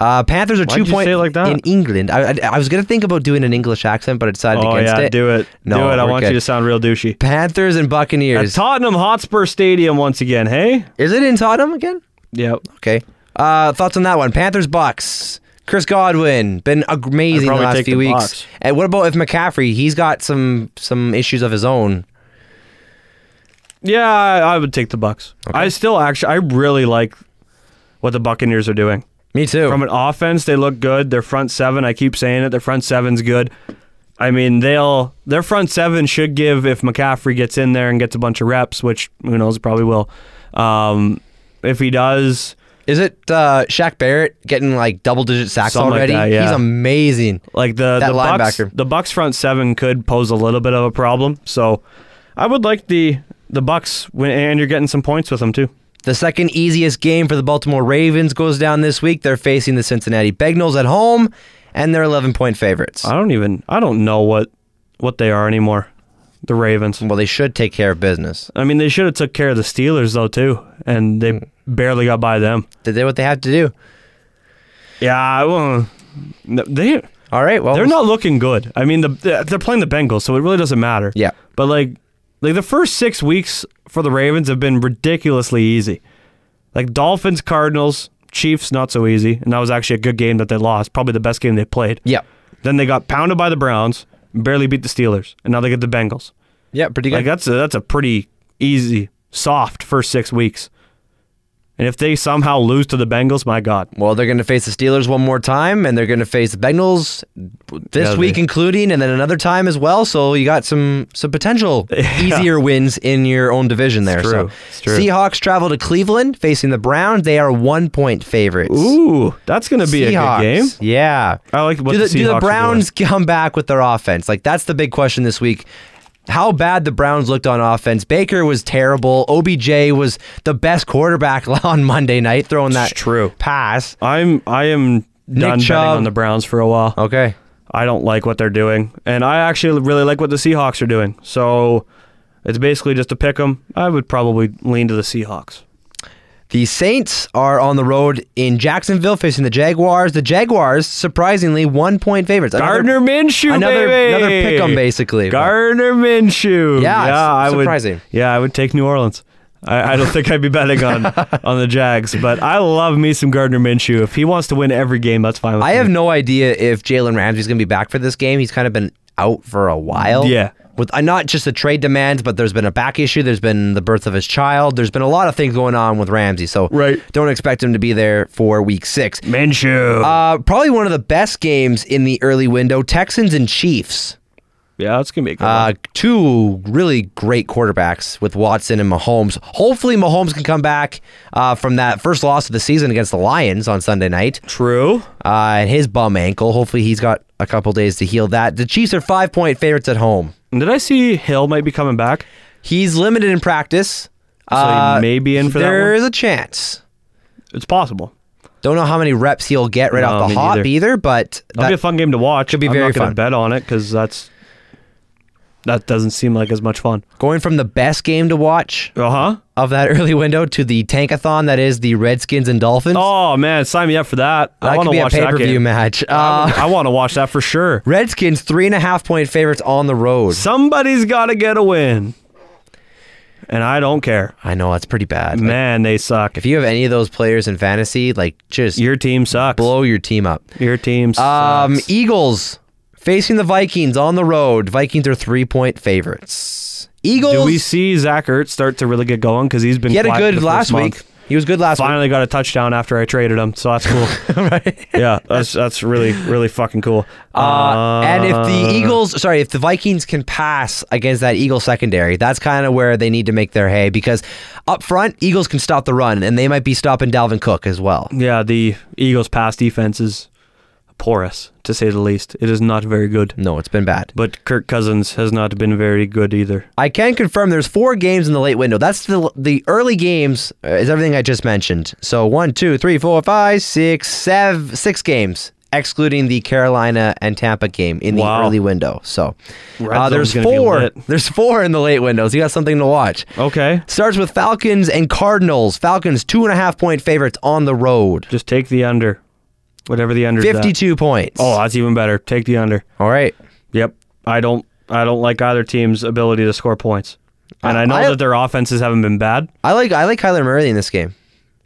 Speaker 2: Uh, Panthers are two
Speaker 3: you
Speaker 2: point
Speaker 3: say it like that?
Speaker 2: in England. I, I, I was gonna think about doing an English accent, but I decided
Speaker 3: Oh
Speaker 2: against
Speaker 3: yeah,
Speaker 2: it.
Speaker 3: do it.
Speaker 2: No,
Speaker 3: do it. I
Speaker 2: we're
Speaker 3: want
Speaker 2: good.
Speaker 3: you to sound real douchey.
Speaker 2: Panthers and
Speaker 3: At
Speaker 2: Buccaneers.
Speaker 3: Tottenham Hotspur Stadium once again, hey?
Speaker 2: Is it in Tottenham again?
Speaker 3: Yep.
Speaker 2: Okay. Uh, thoughts on that one? Panthers, Bucks. Chris Godwin been amazing the
Speaker 3: I'd probably
Speaker 2: last
Speaker 3: take
Speaker 2: few
Speaker 3: the
Speaker 2: weeks.
Speaker 3: Bucks.
Speaker 2: And what about if McCaffrey? He's got some some issues of his own.
Speaker 3: Yeah, I, I would take the Bucks. I still actually I really like what the Buccaneers are doing.
Speaker 2: Me too.
Speaker 3: From an offense, they look good. Their front seven, I keep saying it, their front seven's good. I mean, they'll their front seven should give if McCaffrey gets in there and gets a bunch of reps, which who knows, probably will. Um, if he does,
Speaker 2: Is it uh, Shaq Barrett getting like double digit sacks
Speaker 3: Something like
Speaker 2: already?
Speaker 3: that, yeah.
Speaker 2: He's amazing.
Speaker 3: like the
Speaker 2: That
Speaker 3: the Bucks,
Speaker 2: linebacker.
Speaker 3: the Bucks front seven could pose a little bit of a problem. So, I would like the the Bucks, win- and you're getting some points with them too.
Speaker 2: The second easiest game for the Baltimore Ravens goes down this week. They're facing the Cincinnati Bengals at home, and they're 11 point favorites.
Speaker 3: I don't even I don't know what what they are anymore. The Ravens.
Speaker 2: Well, they should take care of business.
Speaker 3: I mean, they should have took care of the Steelers though too, and they
Speaker 2: Hmm.
Speaker 3: barely got by them.
Speaker 2: They did what they had to do.
Speaker 3: Yeah, I well, no, they
Speaker 2: All right. Well,
Speaker 3: they're not looking good. I mean, the they're playing the Bengals, so it really doesn't matter.
Speaker 2: Yeah.
Speaker 3: But like like the first 6 weeks for the Ravens have been ridiculously easy. Like Dolphins, Cardinals, Chiefs not so easy, and that was actually a good game that they lost, probably the best game they played.
Speaker 2: Yeah.
Speaker 3: Then they got pounded by the Browns, barely beat the Steelers, and now they get the Bengals.
Speaker 2: Yeah, pretty good.
Speaker 3: Like that's a, that's a pretty easy, soft first six weeks. And if they somehow lose to the Bengals, my God,
Speaker 2: Well, they're going to face the Steelers one more time, and they're going to face the Bengals this
Speaker 3: Yeah,
Speaker 2: week,
Speaker 3: they-
Speaker 2: including, and then another time as well. So you got some some
Speaker 3: [laughs]
Speaker 2: potential easier wins in your own division there.
Speaker 3: true.
Speaker 2: So
Speaker 3: It's true.
Speaker 2: Seahawks travel to Cleveland facing the Browns. They are one point favorites.
Speaker 3: ooh, that's gonna be
Speaker 2: Seahawks.
Speaker 3: a good game.
Speaker 2: Yeah.
Speaker 3: I like what
Speaker 2: do
Speaker 3: the
Speaker 2: the, do
Speaker 3: Seahawks
Speaker 2: the
Speaker 3: are doing.
Speaker 2: Browns come back with their offense? Like that's the big question this week. How bad the Browns looked on offense. Baker was terrible. OBJ was the best quarterback [laughs] on Monday night throwing that
Speaker 3: true.
Speaker 2: pass.
Speaker 3: I'm I am done betting
Speaker 2: Chubb. Oh.
Speaker 3: on the Browns for a while.
Speaker 2: Okay.
Speaker 3: I don't like what they're doing, and I actually really like what the Seahawks are doing. So it's basically just to pick them. I would probably lean to the Seahawks.
Speaker 2: The Saints are on the road in Jacksonville facing the Jaguars. The Jaguars, surprisingly, one point favorites. Another-
Speaker 3: Gardner Minshew,
Speaker 2: another
Speaker 3: baby!
Speaker 2: another pick 'em basically.
Speaker 3: Gardner Minshew.
Speaker 2: Yeah, it's
Speaker 3: I
Speaker 2: surprising.
Speaker 3: Would, yeah, I would take New Orleans. I, I don't think I'd be
Speaker 2: [laughs]
Speaker 3: betting on on the Jags, but I love me some Gardner Minshew. If he wants to win every game, that's fine. With
Speaker 2: I
Speaker 3: me.
Speaker 2: have no idea if Jalen Ramsey's going to be back for this game. He's kind of been out for a while.
Speaker 3: Yeah.
Speaker 2: With uh, not just the trade demands, but there's been a back issue. There's been the birth of his child. There's been a lot of things going on with Ramsey. So
Speaker 3: Right.
Speaker 2: don't expect him to be there for week six.
Speaker 3: Minshew.
Speaker 2: Uh, probably one of the best games in the early window Texans and Chiefs.
Speaker 3: yeah, that's gonna be a good. one.
Speaker 2: Uh, two really great quarterbacks with Watson and Mahomes. Hopefully, Mahomes can come back uh, from that first loss of the season against the Lions on Sunday night
Speaker 3: True.
Speaker 2: uh, and his bum ankle. Hopefully, he's got a couple days to heal that. The Chiefs are five point favorites at home.
Speaker 3: Did I see Hill might be coming back?
Speaker 2: He's limited in practice. Uh,
Speaker 3: So he may be in for that
Speaker 2: There
Speaker 3: one?
Speaker 2: is a chance.
Speaker 3: It's possible.
Speaker 2: Don't know how many reps he'll get right
Speaker 3: No,
Speaker 2: off the
Speaker 3: me
Speaker 2: hop
Speaker 3: neither.
Speaker 2: either, but
Speaker 3: That'll be a
Speaker 2: that,
Speaker 3: fun game to watch. Should
Speaker 2: be
Speaker 3: I'm
Speaker 2: very
Speaker 3: not gonna
Speaker 2: fun.
Speaker 3: Bet on it because that's that doesn't seem like as much fun.
Speaker 2: going from the best game to watch
Speaker 3: Uh huh.
Speaker 2: of that [laughs] early window to the tankathon that is the Redskins and Dolphins.
Speaker 3: Oh man, sign me up for that. I
Speaker 2: that
Speaker 3: want
Speaker 2: could
Speaker 3: to
Speaker 2: be a
Speaker 3: watch
Speaker 2: pay
Speaker 3: that
Speaker 2: per view
Speaker 3: game.
Speaker 2: match. Uh,
Speaker 3: I want to watch that for sure.
Speaker 2: Redskins three and a half point favorites on the road.
Speaker 3: Somebody's got to get a win. And I don't care.
Speaker 2: I know that's pretty bad. Like,
Speaker 3: Man, they suck.
Speaker 2: if you have any of those players in fantasy, like just
Speaker 3: Your team sucks.
Speaker 2: blow your team up.
Speaker 3: Your team sucks.
Speaker 2: Um, Eagles facing the Vikings on the road. Vikings are three point favorites. Eagles.
Speaker 3: Do we see Zach Ertz start to really get going? Because he's been
Speaker 2: he had a
Speaker 3: quiet the
Speaker 2: good
Speaker 3: first
Speaker 2: last
Speaker 3: month.
Speaker 2: week. He was good last
Speaker 3: Finally got a touchdown after I traded him, so
Speaker 2: [laughs]
Speaker 3: that's cool. right? Yeah, that's that's really really fucking cool.
Speaker 2: week. Uh, and if the Eagles, sorry, if the Vikings can pass against that Eagle secondary, that's kind of where they need to make their hay because up front, Eagles can stop the run, and they might be stopping Dalvin Cook as well.
Speaker 3: Yeah, the Eagles' pass defense is porous, to say the least. It is not very good.
Speaker 2: No, it's been bad.
Speaker 3: But Kirk Cousins has not been very good either.
Speaker 2: I can confirm there's four games in the late window. That's the the early games uh, is everything I just mentioned. So one, two, three, four, five, six, seven, six games, excluding the Carolina and Tampa game in the
Speaker 3: Wow.
Speaker 2: early window. So
Speaker 3: Red
Speaker 2: uh, there's
Speaker 3: zone's gonna be
Speaker 2: four.
Speaker 3: lit. Oh.
Speaker 2: There's four in the late windows. You got something to watch.
Speaker 3: Okay.
Speaker 2: Starts with Falcons and Cardinals. Falcons two and a half point favorites on the road.
Speaker 3: Just take the under. Whatever the under
Speaker 2: Fifty-two points.
Speaker 3: Oh, that's even better. Take the under.
Speaker 2: all right.
Speaker 3: Yep. I don't I don't like either team's ability to score points. And I know
Speaker 2: Uh, I-
Speaker 3: that their offenses haven't been bad. Oh.
Speaker 2: I like I like Kyler Murray in this game,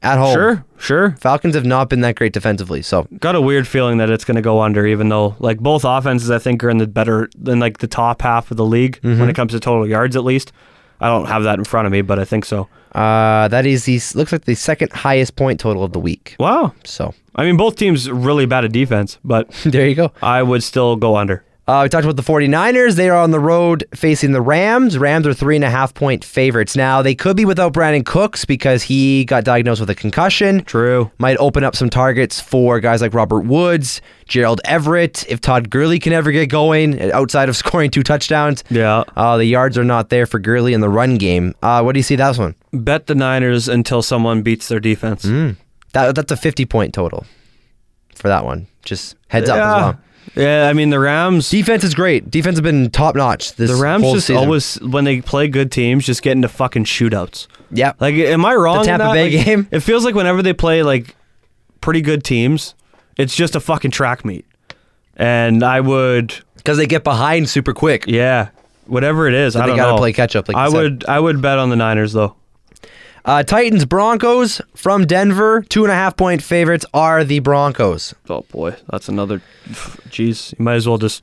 Speaker 2: at home.
Speaker 3: Sure, sure.
Speaker 2: Falcons have not been that great defensively. So
Speaker 3: Got a weird feeling that it's going to go under, even though like both offenses I think are in the better than like the top half of the league when it comes to total yards at least. I don't have that in front of me, but I think so.
Speaker 2: Uh, that is the looks like the second highest point total of the week.
Speaker 3: Wow.
Speaker 2: So [laughs]
Speaker 3: I mean, both teams really bad at defense, but [laughs]
Speaker 2: there you go.
Speaker 3: I would still go under.
Speaker 2: Uh, we talked about the 49ers. They are on the road facing the Rams. Rams are three and a half point favorites. Now, they could be without Brandon Cooks because he got diagnosed with a concussion.
Speaker 3: True.
Speaker 2: Might open up some targets for guys like Robert Woods, Gerald Everett, if Todd Gurley can ever get going uh, outside of [laughs] scoring two touchdowns.
Speaker 3: Yeah.
Speaker 2: Uh, the yards are not there for Gurley in the run game. Uh, what do you see that one?
Speaker 3: Bet the Niners until someone beats their defense.
Speaker 2: Mm, That, that's a 50 point total for that one. Just heads up as
Speaker 3: Yeah.
Speaker 2: well.
Speaker 3: yeah, I mean the Rams.
Speaker 2: Defense is great. Defense has been top notch this
Speaker 3: The Rams
Speaker 2: whole
Speaker 3: just
Speaker 2: season.
Speaker 3: always when they play good teams just get into fucking shootouts.
Speaker 2: Yep.
Speaker 3: Like, am I wrong? in
Speaker 2: Tampa
Speaker 3: that?
Speaker 2: Bay
Speaker 3: Like,
Speaker 2: game?
Speaker 3: It feels like whenever they play like pretty good teams, it's just a fucking track meet. And I would,
Speaker 2: Because they get behind super quick.
Speaker 3: yeah, whatever it is, I
Speaker 2: they
Speaker 3: don't
Speaker 2: gotta
Speaker 3: know.
Speaker 2: play catch up, like you
Speaker 3: I
Speaker 2: said.
Speaker 3: would, I would bet on the Niners though.
Speaker 2: Uh, Titans Broncos from Denver. Two and a half point favorites are the Broncos. [laughs]
Speaker 3: Oh boy, that's another. [sighs] Jeez, you might as well just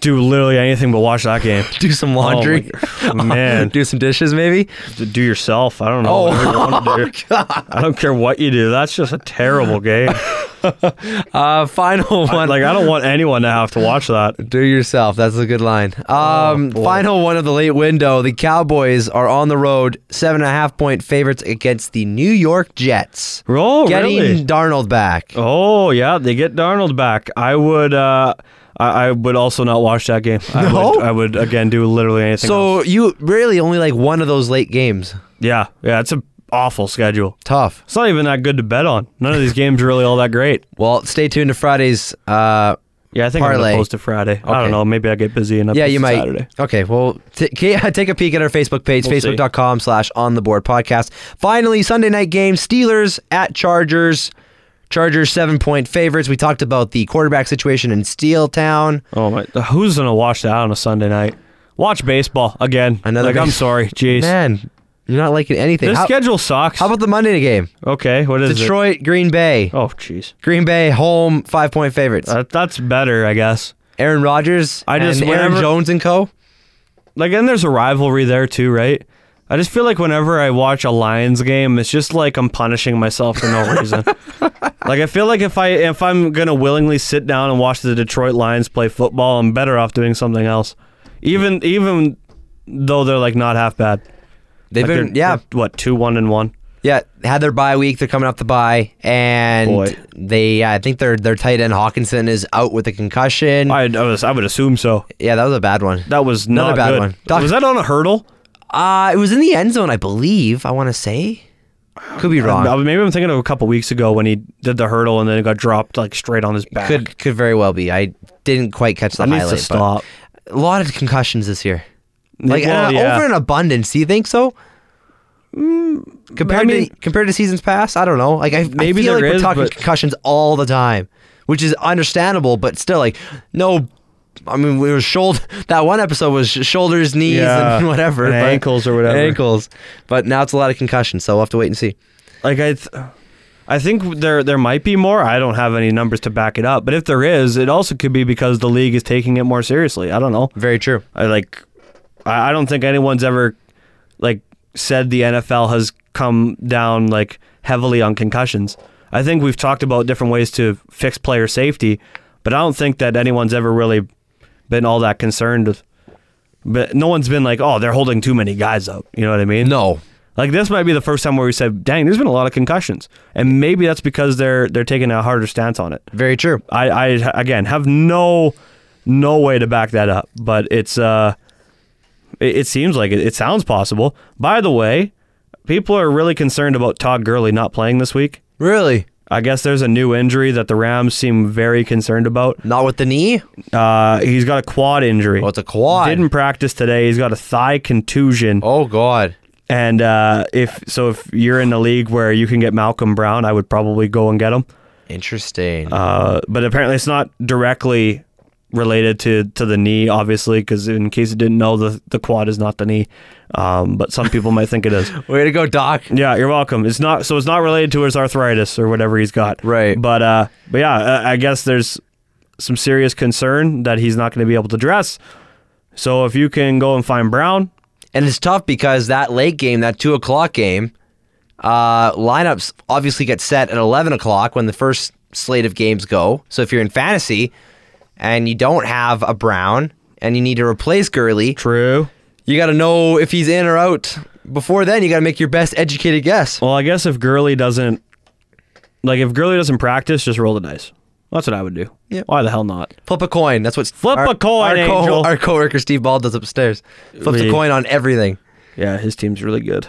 Speaker 3: do literally anything but watch that game.
Speaker 2: [laughs] Do some laundry.
Speaker 3: oh my- man,
Speaker 2: [laughs] Do some dishes, maybe.
Speaker 3: do, do yourself. I don't know.
Speaker 2: [laughs] Oh.
Speaker 3: whatever you wanna do. I don't care what you do. That's just
Speaker 2: [laughs]
Speaker 3: a terrible game.
Speaker 2: Uh, final one.
Speaker 3: like I don't want anyone to have to watch that.
Speaker 2: Do yourself. That's a good line. Um,
Speaker 3: Oh, boy.
Speaker 2: final one of the late window. The Cowboys are on the road, seven and a half point favorites against the New York Jets.
Speaker 3: Oh,
Speaker 2: Getting
Speaker 3: really?
Speaker 2: Darnold back.
Speaker 3: Oh yeah, they get Darnold back. I would. Uh, I, I would also not watch that game. I
Speaker 2: No?
Speaker 3: would, I would again do literally anything.
Speaker 2: so
Speaker 3: else.
Speaker 2: you really only like one of those late games.
Speaker 3: yeah, yeah, it's an awful schedule.
Speaker 2: Tough.
Speaker 3: It's not even that good to bet on. None of these games are really all that great.
Speaker 2: Well, stay tuned to Friday's. Uh,
Speaker 3: Yeah, I think I'm
Speaker 2: Parlay.
Speaker 3: gonna post it Friday. I
Speaker 2: Okay.
Speaker 3: don't know. Maybe I get busy and up
Speaker 2: yeah, you might.
Speaker 3: Saturday.
Speaker 2: Okay, well, t- ca- [laughs] take a peek at our Facebook page,
Speaker 3: We'll see.
Speaker 2: facebook.com slash on the board podcast. Finally, Sunday night game Steelers at Chargers. Chargers seven point favorites. We talked about the quarterback situation in Steel Town.
Speaker 3: Oh my! Who's gonna watch that on a Sunday night? Watch baseball again.
Speaker 2: Another
Speaker 3: like I'm
Speaker 2: base-
Speaker 3: sorry, jeez.
Speaker 2: Man, you're not liking anything.
Speaker 3: This
Speaker 2: How,
Speaker 3: schedule sucks.
Speaker 2: how about the Monday game?
Speaker 3: okay, what is it?
Speaker 2: Detroit, Green Bay.
Speaker 3: Oh jeez,
Speaker 2: Green Bay home five point favorites.
Speaker 3: that, that's better, I guess.
Speaker 2: Aaron Rodgers
Speaker 3: Uh, I just-
Speaker 2: and Aaron
Speaker 3: whenever-
Speaker 2: Jones and co.
Speaker 3: Like, and there's a rivalry there too, right? I just feel like whenever I watch a Lions game, it's just like I'm punishing myself for
Speaker 2: [laughs]
Speaker 3: no reason. like I feel like if I if I'm gonna willingly sit down and watch the Detroit Lions play football, I'm better off doing something else. Even even though they're like not half bad.
Speaker 2: They've been
Speaker 3: Like, they're-
Speaker 2: yeah,
Speaker 3: they're, what two one and one.
Speaker 2: Yeah, had their bye week. They're coming off the bye, and
Speaker 3: Boy.
Speaker 2: they. I think their their tight end Hawkinson is out with a concussion.
Speaker 3: I I, was, I would assume so.
Speaker 2: Yeah, that was a bad one.
Speaker 3: That was
Speaker 2: Mm. Another
Speaker 3: not
Speaker 2: bad
Speaker 3: good.
Speaker 2: one. Doc-
Speaker 3: was that on a hurdle?
Speaker 2: Uh it was in the end zone, I believe. I want to say, could be wrong.
Speaker 3: Uh, Maybe I'm thinking of a couple weeks ago when he did the hurdle and then it got dropped like straight on his back.
Speaker 2: Could could very well be. I didn't quite catch the
Speaker 3: that needs
Speaker 2: highlight.
Speaker 3: to
Speaker 2: but
Speaker 3: stop.
Speaker 2: A lot of concussions this year, like
Speaker 3: Well,
Speaker 2: uh,
Speaker 3: yeah.
Speaker 2: over in abundance. Do you think so? Compared
Speaker 3: Mm, mean-
Speaker 2: to compared to seasons past, I don't know. Like I,
Speaker 3: Maybe
Speaker 2: I feel like
Speaker 3: there
Speaker 2: we're
Speaker 3: is,
Speaker 2: talking
Speaker 3: but-
Speaker 2: concussions all the time, which is understandable, but still, like no. I mean, we were shoulder. [laughs] That one episode was sh- shoulders, knees,
Speaker 3: Yeah,
Speaker 2: and [laughs] whatever,
Speaker 3: and
Speaker 2: but-
Speaker 3: ankles or whatever.
Speaker 2: Ankles, but now it's a lot of concussions, so we'll have to wait and see.
Speaker 3: Like I, th- I think there there might be more. I don't have any numbers to back it up, but if there is, it also could be because the league is taking it more seriously. I don't know.
Speaker 2: Very true.
Speaker 3: I like, I, I don't think anyone's ever like said the NFL has come down like heavily on concussions. I think we've talked about different ways to fix player safety, but I don't think that anyone's ever really been all that concerned with. But no one's been like, oh, they're holding too many guys up. You know what I mean?
Speaker 2: No,
Speaker 3: Like this might be the first time where we said, "Dang, there's been a lot of concussions," and maybe that's because they're they're taking a harder stance on it.
Speaker 2: very true.
Speaker 3: I, I again have no no way to back that up, but it's uh, it, it seems like it, it sounds possible. By the way, people are really concerned about Todd Gurley not playing this week.
Speaker 2: Really,
Speaker 3: I guess there's a new injury that the Rams seem very concerned about.
Speaker 2: not with the knee.
Speaker 3: Uh, he's got a quad injury.
Speaker 2: Well, Oh, it's a quad.
Speaker 3: Didn't practice today. He's got a thigh contusion.
Speaker 2: Oh God.
Speaker 3: And uh, if so, if you're in a league where you can get Malcolm Brown, I would probably go and get him.
Speaker 2: Interesting.
Speaker 3: Uh, but apparently, it's not directly related to, to the knee, obviously, because in case you didn't know, the the quad is not the knee. Um, but some people might think it is.
Speaker 2: Way to go, Doc.
Speaker 3: Yeah, you're welcome. It's not so it's not related to his arthritis or whatever he's got.
Speaker 2: Right.
Speaker 3: But uh, but yeah, uh, I guess there's some serious concern that he's not going to be able to dress. So if you can go and find Brown,
Speaker 2: And it's tough because that late game, that two o'clock game, uh, lineups obviously get set at eleven o'clock when the first slate of games go. So if you're in fantasy, and you don't have a Brown and you need to replace Gurley,
Speaker 3: True.
Speaker 2: you got to know if he's in or out. Before then, you got to make your best educated guess.
Speaker 3: Well, I guess if Gurley doesn't, like, if Gurley doesn't practice, just roll the dice. That's what I would do.
Speaker 2: Yep.
Speaker 3: Why the hell not?
Speaker 2: Flip a coin. That's what
Speaker 3: Flip
Speaker 2: our-
Speaker 3: a coin,
Speaker 2: Our,
Speaker 3: Angel.
Speaker 2: our coworker Steve Ball does upstairs. Flips
Speaker 3: We-
Speaker 2: a coin on everything.
Speaker 3: Yeah, his team's
Speaker 2: [laughs]
Speaker 3: really good.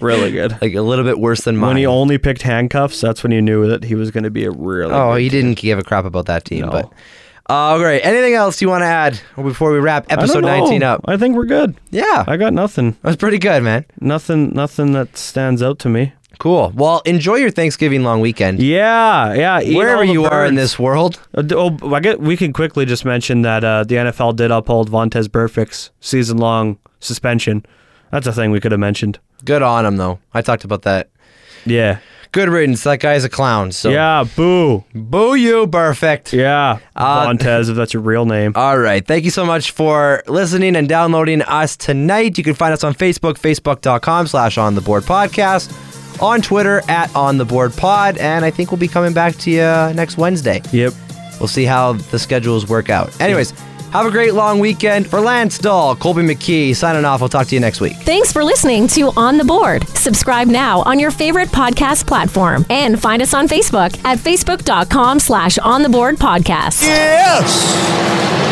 Speaker 3: really good.
Speaker 2: Like a little bit worse than mine.
Speaker 3: When he only picked handcuffs, that's when you knew that he was going to be a really.
Speaker 2: oh,
Speaker 3: good-
Speaker 2: he didn't give a crap about that team.
Speaker 3: No.
Speaker 2: But uh, great. Anything else you want to add before we wrap
Speaker 3: I don't
Speaker 2: episode
Speaker 3: know.
Speaker 2: 19 up?
Speaker 3: I think we're good.
Speaker 2: Yeah,
Speaker 3: I got nothing.
Speaker 2: that was pretty good, man.
Speaker 3: Nothing. Nothing that stands out to me.
Speaker 2: Cool. Well, enjoy your Thanksgiving long weekend.
Speaker 3: Yeah, yeah. eat
Speaker 2: Wherever
Speaker 3: all the
Speaker 2: you are in
Speaker 3: birds.
Speaker 2: this world,
Speaker 3: Uh, d- Oh, I get. We can quickly just mention that uh, the NFL did uphold Vontez Burfict's season-long suspension. That's a thing we could have mentioned.
Speaker 2: good on him though. I talked about that.
Speaker 3: Yeah.
Speaker 2: Good riddance. That guy's a clown. So
Speaker 3: Yeah. Boo.
Speaker 2: boo you, perfect.
Speaker 3: Yeah.
Speaker 2: Uh,
Speaker 3: Vontez, if that's your real name.
Speaker 2: All right. Thank you so much for listening and downloading us tonight. You can find us on Facebook, facebook.com slash on the board podcast, on Twitter at on the board pod, and I think we'll be coming back to you next Wednesday.
Speaker 3: yep.
Speaker 2: We'll see how the schedules work out. Anyways, have a great long weekend. For Lance Dahl, Colby McKee, signing off. We'll talk to you next week.
Speaker 1: Thanks for listening to On the Board. Subscribe now on your favorite podcast platform and find us on Facebook at facebook.com slash on the board podcast.
Speaker 4: Yes!